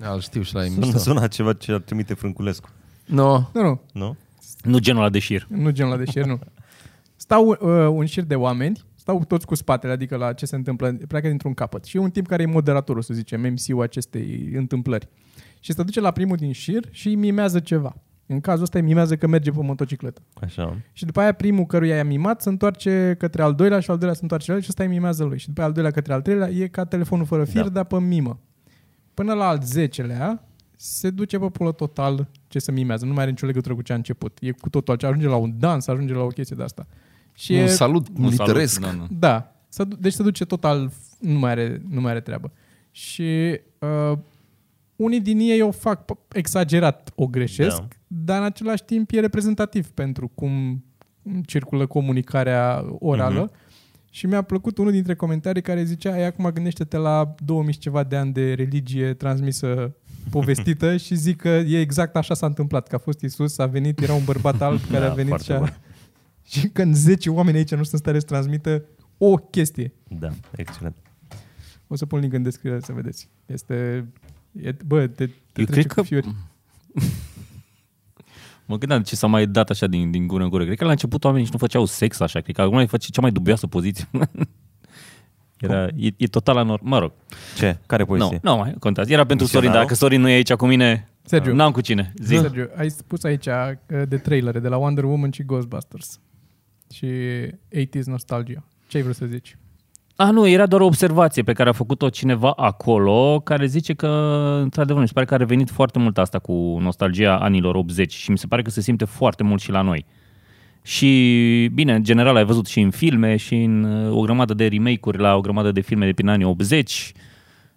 S3: Da, știu și la
S1: Sună,
S3: emisă.
S1: sună ceva ce ar trimite Frânculescu,
S3: No.
S2: Nu, nu,
S1: nu?
S4: Nu genul ăla de șir.
S2: nu genul ăla de șir, nu. Stau uh, un șir de oameni, stau toți cu spatele, adică la ce se întâmplă, pleacă dintr-un capăt. Și e un tip care e moderatorul, să zicem, MC-ul acestei întâmplări. Și se duce la primul din șir și îi mimează ceva. În cazul ăsta îi mimează că merge pe motocicletă.
S1: Așa.
S2: Și după aia primul căruia i-a mimat se întoarce către al doilea și al doilea se întoarce la el și ăsta îi mimează lui. Și după aia al doilea către al treilea e ca telefonul fără fir,
S1: Da.
S2: da. dar pe mimă. Până la al zecelea se duce pe pulă total ce se mimează. Nu mai are nicio legătură cu ce a început. E cu totul altceva. Ajunge la un dans, ajunge la o chestie de asta. Și
S3: Un
S2: e,
S3: salut
S4: Un salut,
S3: milităresc.
S4: da, da.
S2: da. Se du- Deci se duce total, nu mai are, nu mai are treabă. Și uh, unii din ei o fac p- exagerat, o greșesc,
S1: Da.
S2: da. dar în același timp e reprezentativ pentru cum circulă comunicarea orală. Mm-hmm. Și mi-a plăcut unul dintre comentarii care zicea, ai acum gândește-te la 2000 și ceva de ani de religie transmisă povestită și zic că e exact așa s-a întâmplat, că a fost Isus, a venit, era un bărbat alb care
S1: Da,
S2: a venit
S1: foarte
S2: și a,
S1: bun.
S2: și când 10 oameni aici nu sunt în stare să transmită o chestie.
S1: Da, excelent.
S2: O să pun link în descriere să vedeți. Este... E, bă, te, te
S4: Eu
S2: trece
S4: cred
S2: cu
S4: că-
S2: fiori.
S4: Mă gândeam ce s-a mai dat așa din, din gură în gură. Cred că la început oamenii nici nu făceau sex așa. Cred că acum îi face cea mai dubioasă poziție. Era, e, e total anormal. Mă rog,
S1: Ce? Care
S4: nu,
S1: poezie?
S4: nu mai contează. Era pentru
S1: Misionarul?
S4: Sorin, dacă Sorin nu e aici cu mine,
S2: Sergiu.
S4: n-am cu cine. Zi.
S2: Sergiu, ai spus aici uh, de trailere de la Wonder Woman și Ghostbusters și 80s Nostalgia. Ce ai vrut să zici?
S4: A, Ah, nu, era doar o observație pe care a făcut-o cineva acolo, care zice că, într-adevăr, mi se pare că a revenit foarte mult asta cu nostalgia anilor 80 și mi se pare că se simte foarte mult și la noi. Și, bine, în general ai văzut și în filme și în uh, o grămadă de remake-uri la o grămadă de filme de prin anii 80.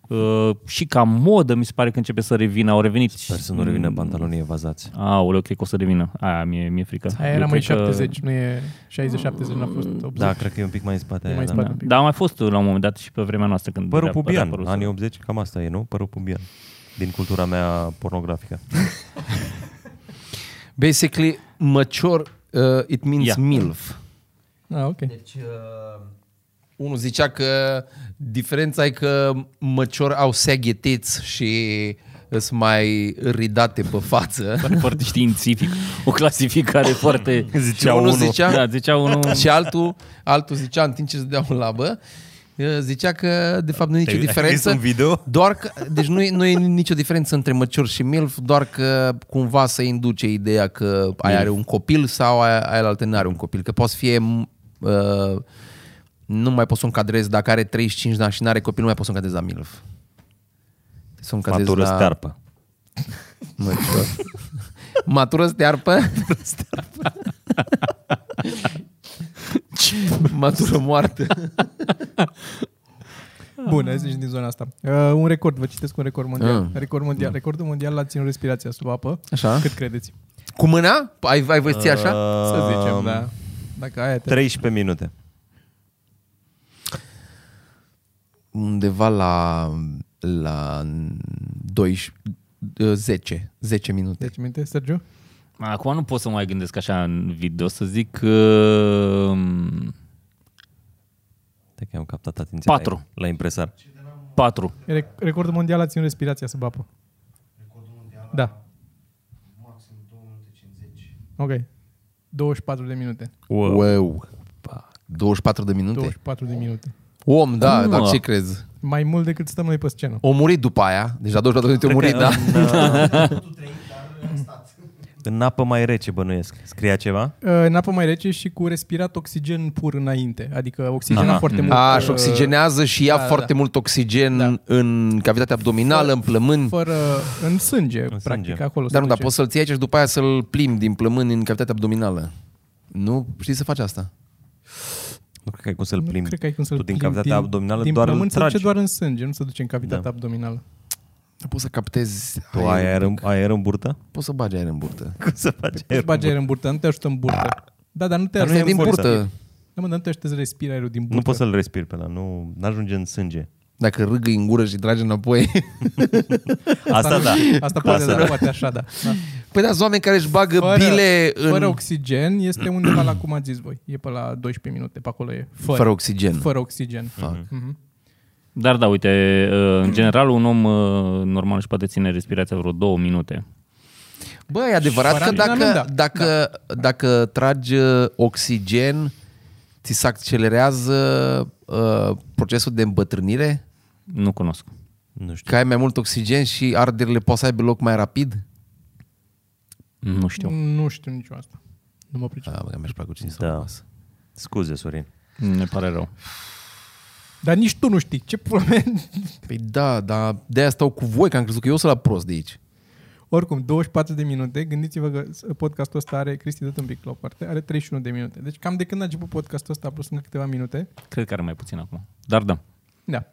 S4: Uh, și ca modă mi se pare că începe să revină. Au revenit... Mm.
S1: Sper să nu revină pantalonii evazați.
S4: Aoleu, cred că o să revină. Aia mi-e, mi-e frică.
S2: Aia
S4: Eu
S2: era mai
S4: cred că-
S2: 70, nu e 60-70, n-a fost 80.
S1: Da, cred că e un pic mai în spate.
S2: E
S1: Aia,
S2: mai
S1: da.
S2: spate.
S4: Da.
S2: un pic.
S4: Dar a mai fost la un moment dat și pe vremea noastră când
S1: Părul
S4: era- era
S1: pubian,
S4: părul
S1: anii
S4: său.
S1: 80, cam asta e, nu? Părul pubian. Din cultura mea pornografică.
S3: Basically, mature, uh, it means
S4: Ia.
S3: yeah. MILF.
S4: Da.
S2: Ah, ok.
S3: Deci, uh, unul zicea că diferența e că măciori au segheteți și sunt mai ridate pe față.
S4: foarte științific, o clasificare foarte...
S3: Zicea Unul unul. zicea-
S4: Da, zicea unul...
S3: și altul, altul zicea, în timp ce se dea o labă, uh, zicea că de fapt nu e nicio
S1: Te-ai- ai
S3: diferență.
S1: scris un video?
S3: Doar că, deci nu e, nu e nicio diferență între măcior și milf, doar că cumva se induce ideea că aia are un copil sau aia, aia altă nu are un copil. Că poți fie... m, Uh, nu mai poți să o încadrezi dacă are 35 de ani și nu are copil, nu mai poți să o încadrezi la milf. Trebuie Să o încadrezi
S1: Matură
S3: la...
S1: stearpă.
S3: Măcior. Matură stearpă? Matură moartă.
S2: Bun, hai să zicem din zona asta. Uh, un record, vă citesc un record mondial.
S3: Ah.
S2: Record mondial. Recordul mondial l-a ținut respirația sub apă.
S3: Așa.
S2: Cât credeți?
S3: Cu mâna? Ai, ai văzut așa?
S2: Să zicem,
S1: Um,
S2: da. Dacă aia te...
S1: 13 minute.
S3: Undeva la, la 12, 10, 10 minute.
S2: 10 minute, Sergio?
S4: Acum nu pot să mă mai gândesc așa în video, să zic... Uh,
S1: Te că am captat atenția
S4: Patru.
S1: La, la impresar.
S4: 4.
S2: Rec- recordul mondial a ținut respirația sub apă. Recordul mondial? Da. Maxim 2 minute 50. Ok. 24 de minute.
S3: Wow. wow. 24 de minute?
S2: 24 de minute.
S3: Om, da,
S4: Cum,
S3: dar
S4: mă?
S3: ce crezi?
S2: Mai mult decât stăm noi pe scenă.
S3: O murit după aia, deci la 24 de minute o murit, da?
S1: În apă mai rece bănuiesc. Scria ceva?
S2: Uh, În apă mai rece și cu respirat oxigen pur înainte. Adică oxigena
S4: Aha.
S2: foarte mult.
S3: A, și
S2: uh,
S3: oxigenează și ia
S2: da, da,
S3: foarte
S2: da.
S3: mult oxigen în cavitatea abdominală, în plămâni.
S2: Fără, în sânge, în practic,
S1: sânge.
S2: acolo. se
S3: Dar nu, dar
S2: duce.
S3: poți să-l ții aici și după aia să-l plimbi din plămâni în cavitatea abdominală. Nu știi să faci asta.
S1: Nu cred că ai cum să-l
S2: Nu
S1: plimbi.
S2: cred că ai cum să-l
S1: tu din
S2: plimbi
S1: cavitatea abdominală
S2: din
S1: doar îl
S2: plămân se duce
S1: tragi. Da.
S2: doar în sânge, nu se duce în cavitatea abdominală.
S3: Poți să captezi
S1: Tu ai aer, în, aer în burtă?
S3: Poți să bagi aer în burtă.
S1: Cum să faci
S2: Îți
S1: aer?
S2: bagi aer în burtă, nu te ajută în burtă. Da, dar nu te
S3: Dar nu
S2: ajută
S3: e din
S2: în burtă.
S3: burtă.
S2: Da, mă, dar nu te ajută să respiri aerul din burtă.
S1: Nu poți să-l respiri pe la, nu ajunge în sânge.
S3: Dacă râgâi în gură și tragi înapoi.
S1: Asta da.
S2: Asta poate,
S1: Asta
S2: da,
S1: da.
S2: poate așa, da. da.
S3: Păi dați oameni care își bagă fără, bile în...
S2: fără oxigen este undeva la cum ați zis voi. E pe la 12 minute, pe acolo e. Fără,
S3: fără oxigen.
S2: fără oxigen.
S3: Fuck.
S2: Mhm.
S4: Dar da, uite, uh, în general un om uh, normal își poate ține respirația vreo două minute.
S3: Bă, e adevărat
S2: Fără
S3: că
S2: adrenalin,
S3: dacă,
S2: da.
S3: dacă, da. dacă tragi uh, oxigen, ți se accelerează uh, procesul de îmbătrânire?
S4: Nu cunosc.
S1: Nu știu.
S3: Că ai mai mult oxigen și arderile poate să aibă loc mai rapid?
S4: Nu știu.
S2: Nu știu nicio asta. Nu mă pricep.
S3: Ah, bă, mi-aș plăcut cine să
S1: Da. Scuze, Sorin.
S4: Ne pare rău.
S2: Dar nici tu nu știi. Ce pula mea...
S3: Păi da, dar de-aia stau cu voi, că am crezut că eu sunt la prost de aici.
S2: Oricum, 24 de minute. Gândiți-vă că podcastul ăsta are, Cristi, dă un pic la o parte, are 31 de minute. Deci cam de când a început podcastul ăsta, plus încă câteva minute.
S4: Cred că are mai puțin acum. Dar da.
S2: Da.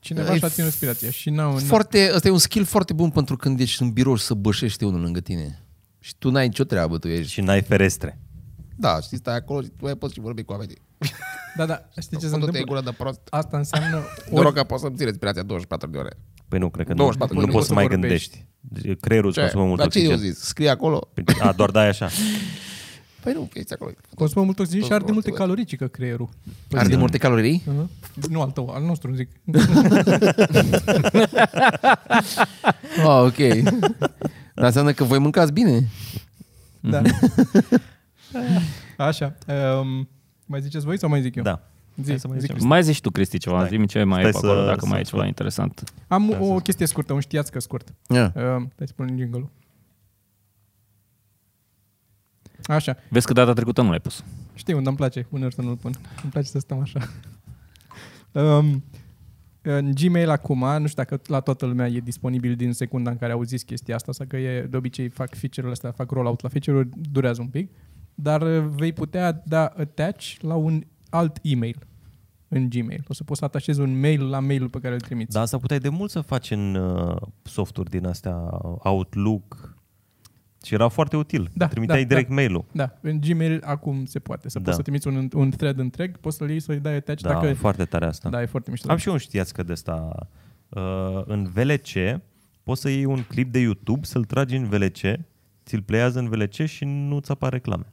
S2: Cineva
S3: E
S2: și-a ținut respirația și n-au... n-au-
S3: Foarte, ăsta e un skill foarte bun pentru când ești în birou și să bășește unul lângă tine. Și tu n-ai nicio treabă, tu ești.
S1: Și n-ai ferestre.
S3: Da, știi, stai acolo și tu ai poți și vorbi cu oamenii.
S2: Da, da, știi ce se
S3: Fă-te
S2: întâmplă?
S3: gură de prost.
S2: Asta înseamnă...
S3: Noroc că poți să-mi ții respirația 24 de ore.
S1: Păi nu, cred că nu.
S3: 24
S1: Nu
S3: minute.
S1: poți să mai
S2: Vorbești.
S1: gândești. Deci, Creierul îți consumă mult
S3: Dar ce eu
S1: oxigen.
S3: zis? Scrie acolo?
S1: A, doar dai așa.
S3: Păi nu, ești acolo.
S2: Consumă mult oxigen și arde multe calorii, cică creierul.
S3: Are
S1: Păi
S3: de multe calorii?
S2: Aha. Nu al tău, al nostru, zic.
S1: Mhm.
S3: Ah, ok. Dar înseamnă că voi mâncați bine.
S2: Da. Așa. Um, mai ziceți voi sau mai zic eu?
S1: Da.
S2: Zi,
S1: Hai să mai
S2: zic.
S1: zicem.
S4: Mai zici tu, Cristi, ceva.
S1: Stai.
S4: Zi-mi ce mai e
S1: Stai să-
S4: pe acolo, dacă
S1: să-
S4: mai e ceva interesant.
S2: Am o chestie scurtă, un știați că scurt.
S3: Yeah.
S2: Um, hai să punem jingle Așa.
S4: Vezi că data trecută nu l-ai pus.
S2: Știu unde îmi place uneori să nu-l pun. Îmi place să stăm așa. Um, în Gmail acum, nu știu dacă la toată lumea e disponibil din secunda în care au zis chestia asta, sau că e, de obicei fac feature-urile astea, fac rollout la feature-uri, durează un pic, dar uh, vei putea da attach la un alt email în Gmail. O să poți să atașezi un mail la mailul pe care îl trimiți.
S1: Dar asta puteai de mult să faci în uh, softuri din astea, uh, Outlook, și era foarte util.
S2: Da,
S1: Trimiteai
S2: da,
S1: direct
S2: da.
S1: mail-ul.
S2: Da, în Gmail acum se poate. Să da.
S1: Da.
S2: poți să trimiți un, un thread întreg, poți să-l iei, să-i dai attach.
S1: Da,
S2: Deci dacă,
S1: foarte tare asta.
S2: da, e foarte mișto.
S1: Am și eu un știați că de asta. Uh, în VLC poți să iei un clip de YouTube, să-l tragi în VLC, ți-l pleiază în VLC și nu-ți apar reclame.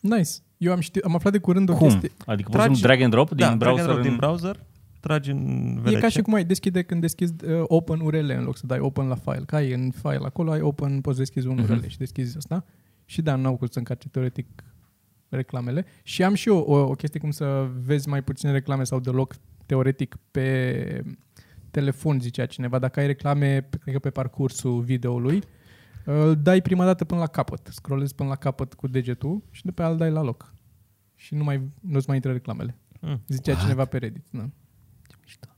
S2: Nice. Eu am, ști, am aflat de curând o
S4: Cum?
S2: chestie.
S4: Adică poți să drag and drop din
S1: da, drag
S4: browser
S1: and drop
S4: în...
S1: din browser, tragi în VLC.
S2: E ca și cum ai deschide când deschizi uh, open URL în loc să dai open la file. Ca ai în file acolo, ai open, poți deschizi un URL și deschizi asta. Și da, n-au cum să încarce teoretic reclamele. Și am și eu o, o chestie cum să vezi mai puține reclame sau deloc teoretic pe telefon, zicea cineva. Dacă ai reclame, cred că pe parcursul videoului, îl dai prima dată până la capăt. Scrollezi până la capăt cu degetul și după aia îl dai la loc. Și nu mai, nu-ți mai intră reclamele.
S1: Mm.
S2: Zicea cineva pe Reddit. Da.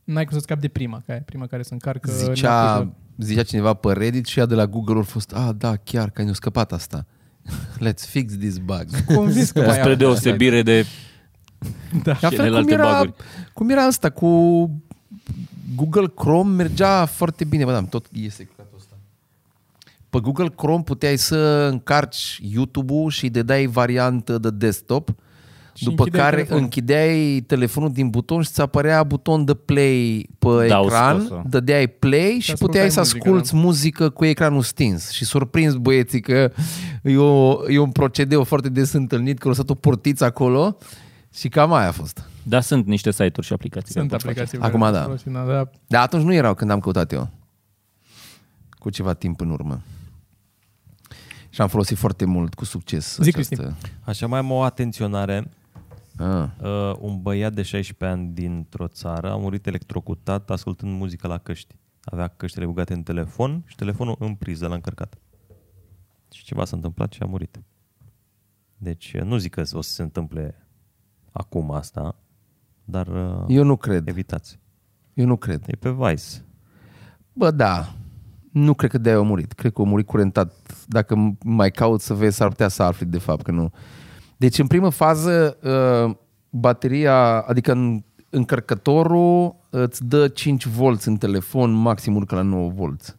S2: N-ai cum să scapi de prima, ca aia, prima care se încarcă. n-a
S3: Zicea,
S2: pus
S3: zicea cineva pe Reddit și ea de la Google au fost, a, da, chiar că ne-a scăpat asta. Let's fix this bug.
S2: la- Convins că mai
S4: Spre
S2: are.
S4: deosebire de
S2: Da.
S3: La fel cum
S4: Celelalte
S3: era,
S4: bug-uri.
S3: cum era asta cu Google Chrome mergea foarte bine. Bă, da, tot iese căcatul ăsta. Pe Google Chrome puteai să încarci YouTube-ul și îi dădeai variantă de desktop,
S2: Și
S3: după
S2: închideai
S3: care
S2: telefonul.
S3: închideai telefonul din buton și ți apărea buton de play pe
S4: Da, o
S3: ecran,
S4: scosă.
S3: dădeai play și
S2: ascultai
S3: puteai să
S2: muzică, da.
S3: asculți muzică cu ecranul stins. Și surprins băieții că e, o, e un procedeu foarte des întâlnit, că au lăsat o portiță acolo și cam aia a fost.
S4: Da, sunt niște site-uri și aplicații.
S2: Sunt
S4: care pot face
S2: aplicații.
S3: face.
S2: care
S3: Acum da.
S2: sunt folosite, da.
S3: Dar atunci nu erau când am căutat eu. Cu ceva timp în urmă. Și am folosit foarte mult cu succes
S2: Zi,
S3: această...
S1: Așa mai am o atenționare.
S3: Ah.
S1: Uh, un băiat de 16 ani dintr-o țară a murit electrocutat ascultând muzică la căști. Avea căștile bugate în telefon și telefonul în priză l-a încărcat. Și ceva s-a întâmplat și a murit. Deci uh, nu zic că o să se întâmple acum asta, dar uh,
S3: Eu nu cred.
S1: evitați.
S3: Eu nu cred.
S1: E pe Vice.
S3: Bă, da. Nu cred că de-aia a murit. Cred că a murit curentat. Dacă m- mai caut să vezi, s-ar putea să afli de fapt că nu. Deci, în primă fază, uh, bateria, adică în- încărcătorul îți dă 5 volți în telefon, maxim urcă la 9 volți.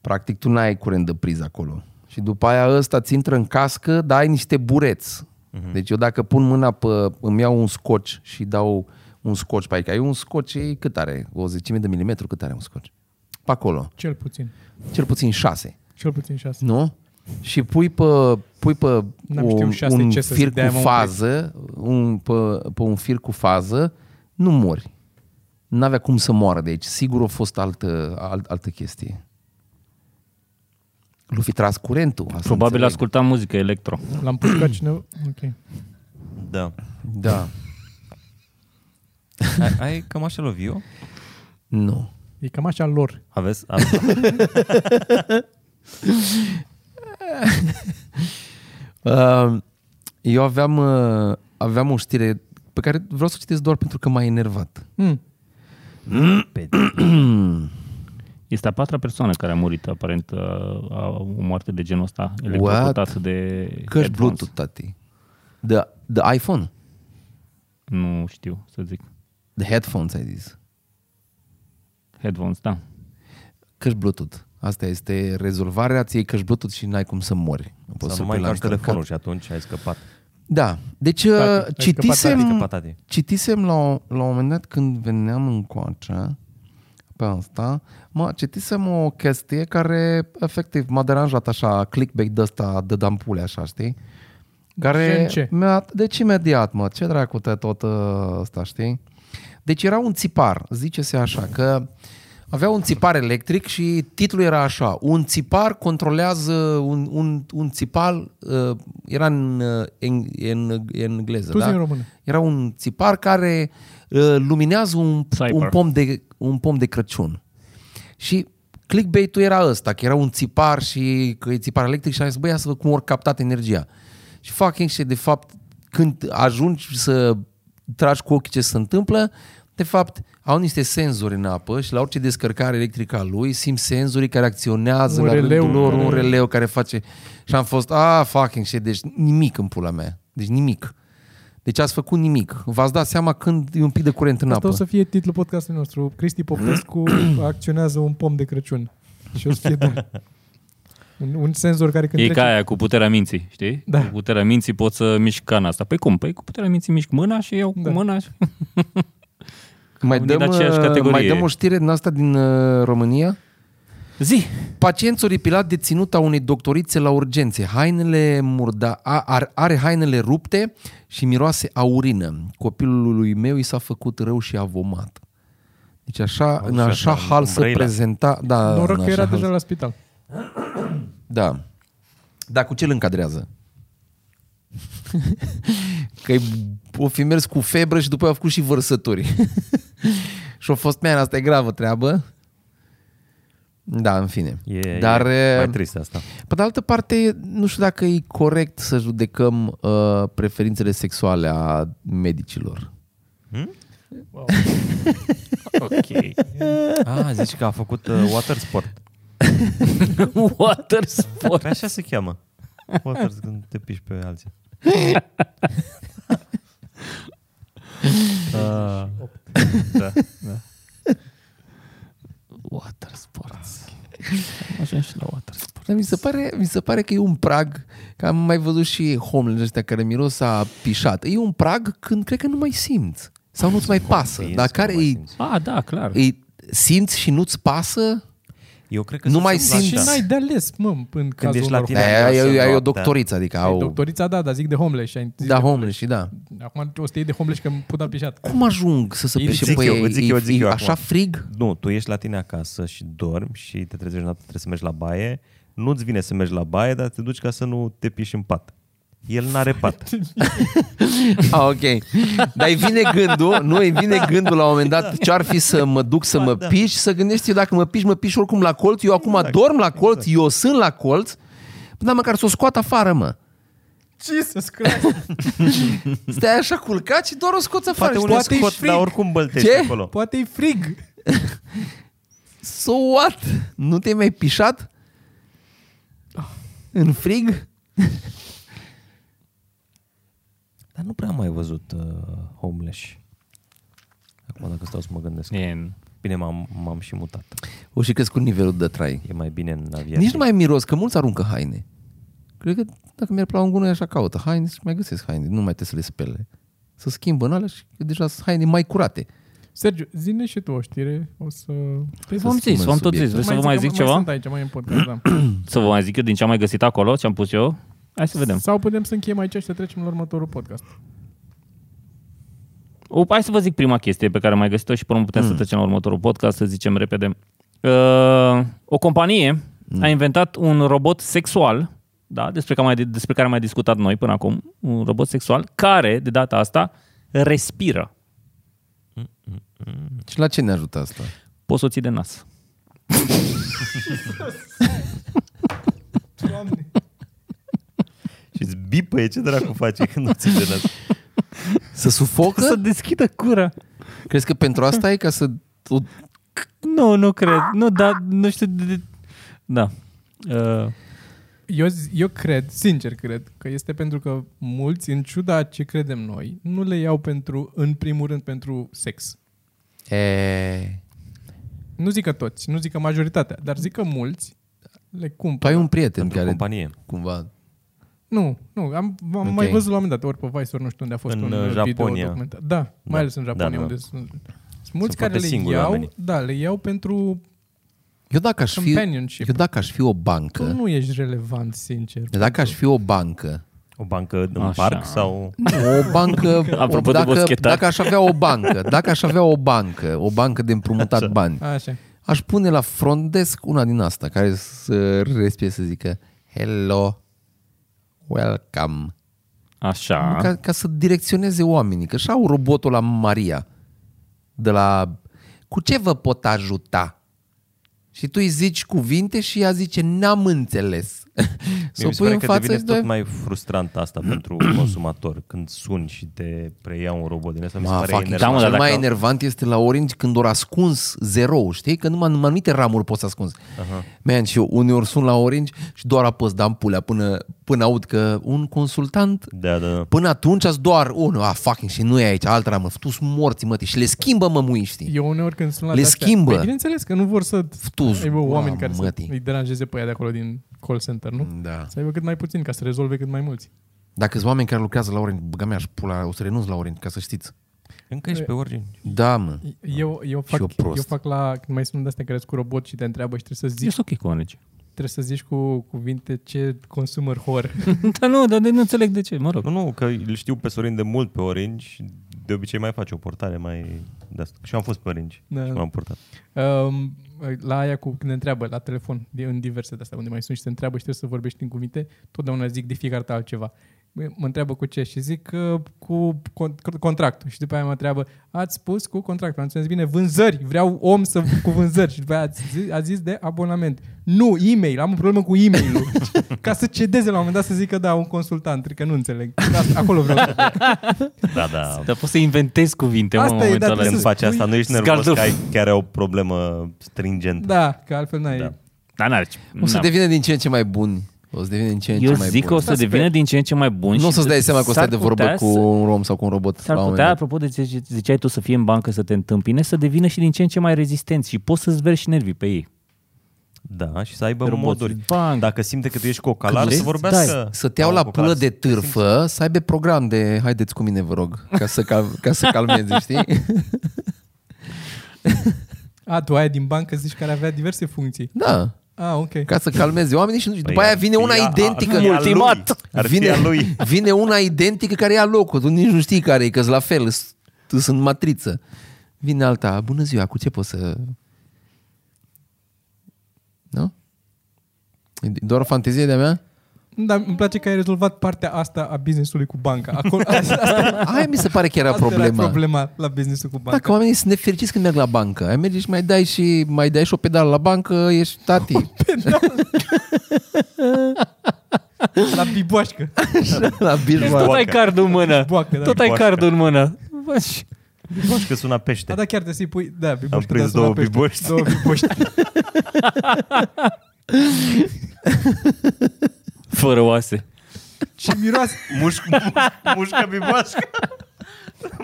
S3: Practic, tu n-ai curent de priză acolo. Și după aia ăsta ți intră în cască, dar ai niște bureți. Deci eu dacă pun mâna pe... îmi iau un scoci și dau un scoci pe aici. Ai un scoci, e cât are? O zecime de milimetru? Cât are un scoci? Pe acolo.
S2: Cel puțin.
S3: Cel puțin șase.
S2: Cel puțin șase.
S3: Exact. Nu? Și pui pe, pui pe
S2: N-am știut șase
S3: un
S2: ce să zic,
S3: fir
S2: de-aia
S3: cu
S2: mă
S3: fază, un, pe, pe un fir cu fază, nu mori. N-avea cum să moară de aici. Sigur a fost altă, alt, altă chestie. Lu fi tras curentul. Asta
S4: Probabil
S3: înțeleg.
S4: ascultam muzică electro.
S2: L-am pus ca cineva. Ok.
S1: Da.
S3: Da.
S1: Ai, ai cam așa loviu?
S3: Nu.
S2: E cam așa lor.
S1: Aveți? Asta.
S3: Uh, eu aveam, uh, aveam o știre pe care vreau să o citesc doar pentru că m-a enervat.
S2: Mm.
S1: Pe
S3: Hmm.
S4: Este a patra persoană care a murit, aparent, uh, a, o moarte de genul ăsta, electrocutat de
S3: Căști
S4: headphones.
S3: Bluetooth, tati. De, de iPhone.
S4: Nu știu să zic.
S3: De headphones, ai zis.
S4: Headphones, da.
S3: Căști Bluetooth. Asta este rezolvarea, ți iei căști Bluetooth și n-ai cum să mori. Nu poți
S1: să nu
S3: pui
S1: mai
S3: la
S1: încarci
S3: încărcat.
S1: telefonul și atunci ai scăpat.
S3: Da. Deci uh,
S2: Tati, ai scăpat,
S3: citisem,
S1: tati, scăpat, tati.
S3: citisem la, o- la un moment dat când veneam în coace pe asta, mă, citisem o chestie care efectiv m-a deranjat așa, clickbait de ăsta de dampule așa, știi? Care
S2: Gen ce?
S3: Mi-a, deci imediat, mă, ce dracu te tot ă, ăsta, știi? Deci era un țipar, zice-se așa, că avea un țipar electric și titlul era așa, un țipar controlează un, un, un țipal, ă, era în, ă, în, în, în engleză,
S2: Tu zi
S3: da?
S2: în română.
S3: Era un țipar care ă, luminează un,
S4: Țipar.
S3: un, pom de, un pom de Crăciun. Și clickbait-ul era ăsta, că era un țipar și că e țipar electric și am zis, băi, ia să văd cum ori captat energia. Și fucking shit, de fapt, când ajungi să tragi cu ochii ce se întâmplă, De fapt, au niște senzori în apă și la orice descărcare electrică a lui simt senzorii care acționează
S2: Un
S3: la
S2: releu
S3: rândul lor,
S2: care-
S3: un releu care face... Și am fost, ah, fucking shit, deci nimic în pula mea. Deci nimic. Deci ați făcut nimic. V-ați dat seama când e un pic de curent în
S2: Asta
S3: apă.
S2: o să fie titlul podcastului nostru. Cristi Popescu acționează un pom de Crăciun. Și o să fie bun. Un, un senzor care când
S4: E
S2: trece...
S4: ca aia cu puterea minții, știi?
S2: Da.
S4: Cu puterea minții poți să miști cana asta. Păi cum? Păi cu puterea minții mișc mâna și eu
S2: Da.
S4: cu mâna și...
S3: Mai
S4: unii
S3: dăm,
S4: în aceeași
S3: uh, mai
S4: categorie.
S3: dăm o știre din asta din uh, România?
S4: Zi!
S3: Pacient oripilat de ținuta unei doctorițe la urgențe. Hainele murda, a- ar, are hainele rupte și miroase a urină. Copilului meu i s-a făcut rău și a vomat. Deci așa, în așa
S1: așa,
S3: hal se
S1: Brăila.
S3: prezenta... Da,
S2: Noroc
S3: în
S2: că
S3: așa
S2: era
S3: hal-
S2: deja la spital.
S3: Da. Dar cu ce îl încadrează? că o fi mers cu febră și după aia a făcut și vărsături. și a fost, man, asta e gravă treabă. Da, în fine.
S1: E,
S3: Dar
S1: e
S3: eh,
S1: mai trist asta.
S3: pe de altă parte, nu știu dacă e corect să judecăm uh, preferințele sexuale a medicilor.
S4: Ok.
S1: Ah, zici că a făcut uh, water sport.
S4: Water sport.
S1: Pe așa se cheamă. Water când te piși pe alții. Ah, da.
S4: Water sports. Așa și la water sports.
S3: Dar mi se, pare, mi se pare că e un prag, că am mai văzut și homeless ăștia care miros a pișat. E un prag când cred că nu mai simți sau nu-ți mai pasă.
S1: Convins
S3: Dar
S1: că
S3: care
S1: nu mai
S3: e,
S1: simți.
S4: Ah, da, clar.
S3: e, simți și nu-ți pasă?
S1: Eu cred că
S3: Nu
S1: se
S3: mai
S1: întâmplă
S3: simți-
S2: Și
S1: așa.
S2: n-ai de ales, mă, în cazul
S1: da. ești la
S2: lor.
S1: tine,
S3: Da, ai, ai, ai o
S1: noaptea.
S3: doctoriță, adică
S2: Păi,
S3: au...
S2: Doctorița, da, dar zic de homeless. Și ai zis
S3: Da,
S2: de-
S3: homeless și da.
S2: Acum o să te iei de homeless că îmi put al pișat.
S3: Cum ajung să se
S1: Îți
S3: pișe
S1: zic
S3: pe
S1: eu,
S3: ei?
S1: îți zic eu,
S3: E-
S1: îți zic
S3: e
S1: eu
S3: Așa
S1: acum.
S3: frig?
S1: Nu, tu ești la tine acasă și dormi și te trezești noapte, trebuie să mergi la baie. Nu-ți vine să mergi la baie, dar te duci ca să nu te piși în pat. El n-are pat.
S3: Ah, ok. Dar îi vine gândul, nu, îi vine gândul la un moment dat ce ar fi să mă duc să mă
S1: Da.
S3: piș, să gândesc eu dacă mă piș, mă piș oricum la colț, eu acum
S1: Exact.
S3: dorm la colț, eu sunt la colț, dar măcar să o scoat afară, mă.
S2: Jesus Christ!
S3: Stai așa culcat și doar o scoți
S1: Poate
S3: afară. Și
S1: unul
S3: poate ești
S1: scot,
S3: frig.
S1: dar oricum băltești
S3: Ce?
S4: Da.
S1: acolo.
S2: Poate e frig!
S3: So what? Nu te-ai mai pișat?
S1: Ah.
S3: În frig?
S1: Dar nu prea am mai văzut uh, homeless. Acum dacă stau să mă gândesc.
S4: E,
S1: Bine, m-am, m-am și mutat.
S3: O și crescut nivelul de trai.
S1: E mai bine în aviație.
S3: Nici nu mai miros, că mulți aruncă haine. Cred că dacă mi-ar plau un gunoi, așa caută haine și mai găsesc haine. Nu mai trebuie să le spele. Să schimbă în alea și că deja sunt haine mai curate.
S2: Sergiu, zine și tu o știre, o să...
S4: Păi v-am zis,
S3: schimbăm
S4: v-am tot
S3: subiectul.
S4: zis. Vreți să vă
S2: că
S4: mai zic
S2: Mai
S4: ceva?
S2: sunt aici, mai e în podcast, da.
S4: Să vă mai zic eu din ce am mai găsit acolo, ce am pus eu? Hai să vedem.
S2: Sau putem să încheiem aici și să trecem la următorul podcast.
S4: O, hai să vă zic prima chestie pe care am mai găsit-o și până putem mm. să trecem la următorul podcast, să zicem repede. Uh, o companie mm. a inventat un robot sexual, da, despre, care mai, despre care am mai discutat noi până acum, un robot sexual care, de data asta, respiră.
S3: Și la ce ne ajută asta?
S4: Poți să o ții de nas.
S2: Doamne!
S1: Și îți bipăie ce dracu face când o ții de nas.
S3: Să sufocă?
S4: Să deschidă cura.
S3: Crezi că pentru asta e ca să... o-
S4: Nu, nu cred. Nu, da, nu știu. de- de- Da. Uh,
S2: Eu, z- eu cred, sincer cred, că este pentru că mulți, în ciuda a ce credem noi, nu le iau pentru, în primul rând, pentru sex.
S3: E...
S2: Nu zic că toți, nu zic că majoritatea, dar zic că mulți le
S3: Tu
S2: cumpără.
S3: ai un prieten
S1: Într-o
S3: care
S1: companie.
S3: cumva
S2: Nu, nu, am, am
S3: Ok.
S2: mai văzut la un moment dat, ori pe Vice, ori nu știu unde a fost
S1: În,
S2: un
S1: uh,
S2: video
S1: Japonia.
S2: documentar. Da, mai
S1: Da,
S2: ales în
S1: da,
S2: Japonia,
S1: da.
S2: unde sunt, sunt mulți care
S1: foarte
S2: le
S1: singuri
S2: iau,
S1: oamenii.
S2: da, le iau pentru
S3: Eu dacă aș fi,
S2: Companionship.
S3: eu dacă aș fi o
S2: că
S3: bancă,
S2: nu ești relevant, sincer.
S3: eu dacă aș fi o bancă,
S1: O bancă în
S4: Așa.
S1: Așa. parc sau...
S3: nu, o bancă,
S4: Apropo
S3: o,
S4: de
S3: dacă,
S4: boschetar.
S3: dacă aș avea o bancă, dacă aș avea o bancă, o bancă de împrumutat bani,
S2: Așa.
S3: aș pune la front desk una din asta care să respire să zică hello, welcome,
S4: așa.
S3: ca, ca să direcționeze oamenii, că și au robotul la Maria de la cu ce vă pot ajuta? Și tu îi zici cuvinte și ea zice n-am înțeles. Să o
S1: mi se
S3: pui
S1: pare
S3: în
S1: că
S3: față
S1: devine
S3: și doi...
S1: tot mai frustrant asta pentru consumator. Când suni și te preia un robot din asta, mi se
S3: Ma,
S1: pare
S3: fac,
S1: enervant.
S3: da, mă,
S4: dar
S3: cel mai
S4: dacă-
S3: enervant este la Orange când ori ascuns zero, știi? Că numai în anumite ramuri poți să ascunzi. Uh-huh. Man, și eu uneori sun la Orange și doar apăs dam pulea până, până aud că un consultant
S1: Da, da, da.
S3: Până atunci ați doar unul, a, fucking, și nu e aici, altă ramă, tu morți, mă, și le schimbă mămui, știi?
S2: Eu uneori când sunt la
S3: Le
S2: de-astea-
S3: schimbă.
S2: Păi, bineînțeles că nu vor să
S3: Ftus,
S2: aibă oameni
S3: mamă,
S2: care să
S3: mătii.
S2: îi deranjeze pe aia de acolo din call center, nu?
S3: Da.
S2: Să aibă cât mai puțin ca să rezolve cât mai mulți.
S3: Dacă sunt oameni care lucrează la Orange, băga mea, aș pula, o să renunț la Orange, ca să știți.
S1: Încă ești pe origine.
S3: Da, mă.
S2: Eu, eu, fac,
S3: eu prost.
S2: eu fac la, când mai sunt de astea care sunt cu robot și te întreabă și trebuie să zici,
S4: Ești ok cu Orange.
S2: trebuie să zici cu cuvinte ce consumer horror.
S4: Dar Da, nu, dar de- nu înțeleg de ce, mă rog.
S1: Nu, nu, că îl știu pe Sorin de mult pe Orange și de obicei mai face o portare mai de asta. Și eu am fost pe Orange
S2: Da.
S1: și m-am purtat.
S2: Um, la aia cu când ne întreabă la telefon, de- în diverse de astea unde mai sunt și te întreabă și trebuie să vorbești în cuvinte, totdeauna zic de fiecare dată altceva. Mă mă întreabă cu ce și zic că cu con- contractul și după aia mă întreabă ați spus cu contractul, am înțeles bine, vânzări, vreau om să cu vânzări și după aia ați zis, a zis de abonament. Nu, e-mail, am o problemă cu e-mail Ca să cedeze la un moment dat să zică da, un consultant, cred că nu înțeleg. Da, acolo vreau să
S1: Da, da.
S4: Dar poți să inventezi cuvinte, mă,
S2: Asta
S4: în
S2: e,
S4: momentul
S2: dar
S4: ăla.
S1: Când
S2: să
S1: faci
S2: spui-
S1: asta, nu ești nervos
S4: Scaldă-
S1: că ai chiar ai o problemă stringentă.
S2: Da, că altfel n-ai.
S1: Da.
S4: Dar n-are ce-
S3: O să
S4: n-am.
S3: devină din ce în ce mai bun. O să devină din ce în ce
S4: Da. Eu
S3: mai
S4: zic că
S3: bun.
S4: o să devină din ce în ce mai bun.
S3: Nu o
S4: și
S3: să-ți dai seama că o stai
S4: s-ar
S3: de vorbă
S4: putea
S3: cu
S4: să-
S3: un rom sau cu un robot. la un
S4: S-ar
S3: moment
S4: putea,
S3: dat.
S4: apropo de ce ziceai tu să fie în bancă, să te întâmpine, să devină și din ce în ce mai rezistenți și poți să-ți vergi și nervii pe ei.
S1: Da, și să aibă
S4: Roboți,
S1: moduri.
S4: bank.
S1: Dacă simte că tu ești cocalar,
S3: Vezi?
S1: să vorbească.
S3: Dai, Să te iau
S1: Da,
S3: la
S1: cocalar,
S3: pulă
S1: să-
S3: de târfă, să aibă program de haideți cu mine, vă rog, ca să, cal- ca să calmezi, știi?
S2: A, tu aia din bancă zici care avea diverse funcții.
S3: Da,
S2: A, ok.
S3: ca să calmezi oamenii și nu- după aia
S1: Păi ar
S3: vine
S1: fi
S3: una
S1: a- ar
S3: identică.
S1: fi a lui.
S4: Ultimat.
S1: Ar fi
S3: vine,
S1: a lui.
S3: vine una identică care ia locul, tu nici nu știi care e, că la fel, s- tu sunt matriță. Vine alta, bună ziua, cu ce poți să... Nu? E doar o fantezie de-a mea?
S2: Dar îmi place că ai rezolvat partea asta a businessului cu banca. Acolo, asta, asta,
S3: Aia mi se pare că era
S2: asta
S3: problema.
S2: era problema la businessul cu banca.
S3: Dacă oamenii sunt nefericiți când merg la bancă, ai merge și mai dai și mai dai și o pedală la bancă, ești tati
S2: La biboașcă.
S3: la
S4: Tot
S3: birba.
S4: ai cardul în mână.
S2: Boacă, da.
S4: Tot ai
S1: Boacă.
S4: cardul în mână. Bă, și-
S1: Că sună
S2: A,
S1: pește.
S2: da, chiar trebuie să-i pui... Da, biboașcă.
S1: prins
S2: da, sună
S1: două
S2: pește.
S1: biboști.
S2: Două biboști.
S4: Fără oase.
S2: Și miroase,
S1: Mușcă, mușcă, mușcă, biboască.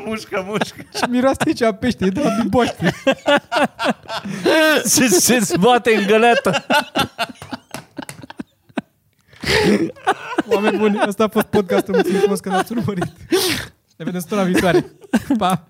S1: Mușcă, mușcă.
S2: și miroase aici a pește. E de la biboașcă.
S4: Se, se bate în găleată.
S2: Oameni buni, asta a fost podcastul. Mulțumim frumos că ne-ați urmărit. Ne vedem săptămâna viitoare. Pa!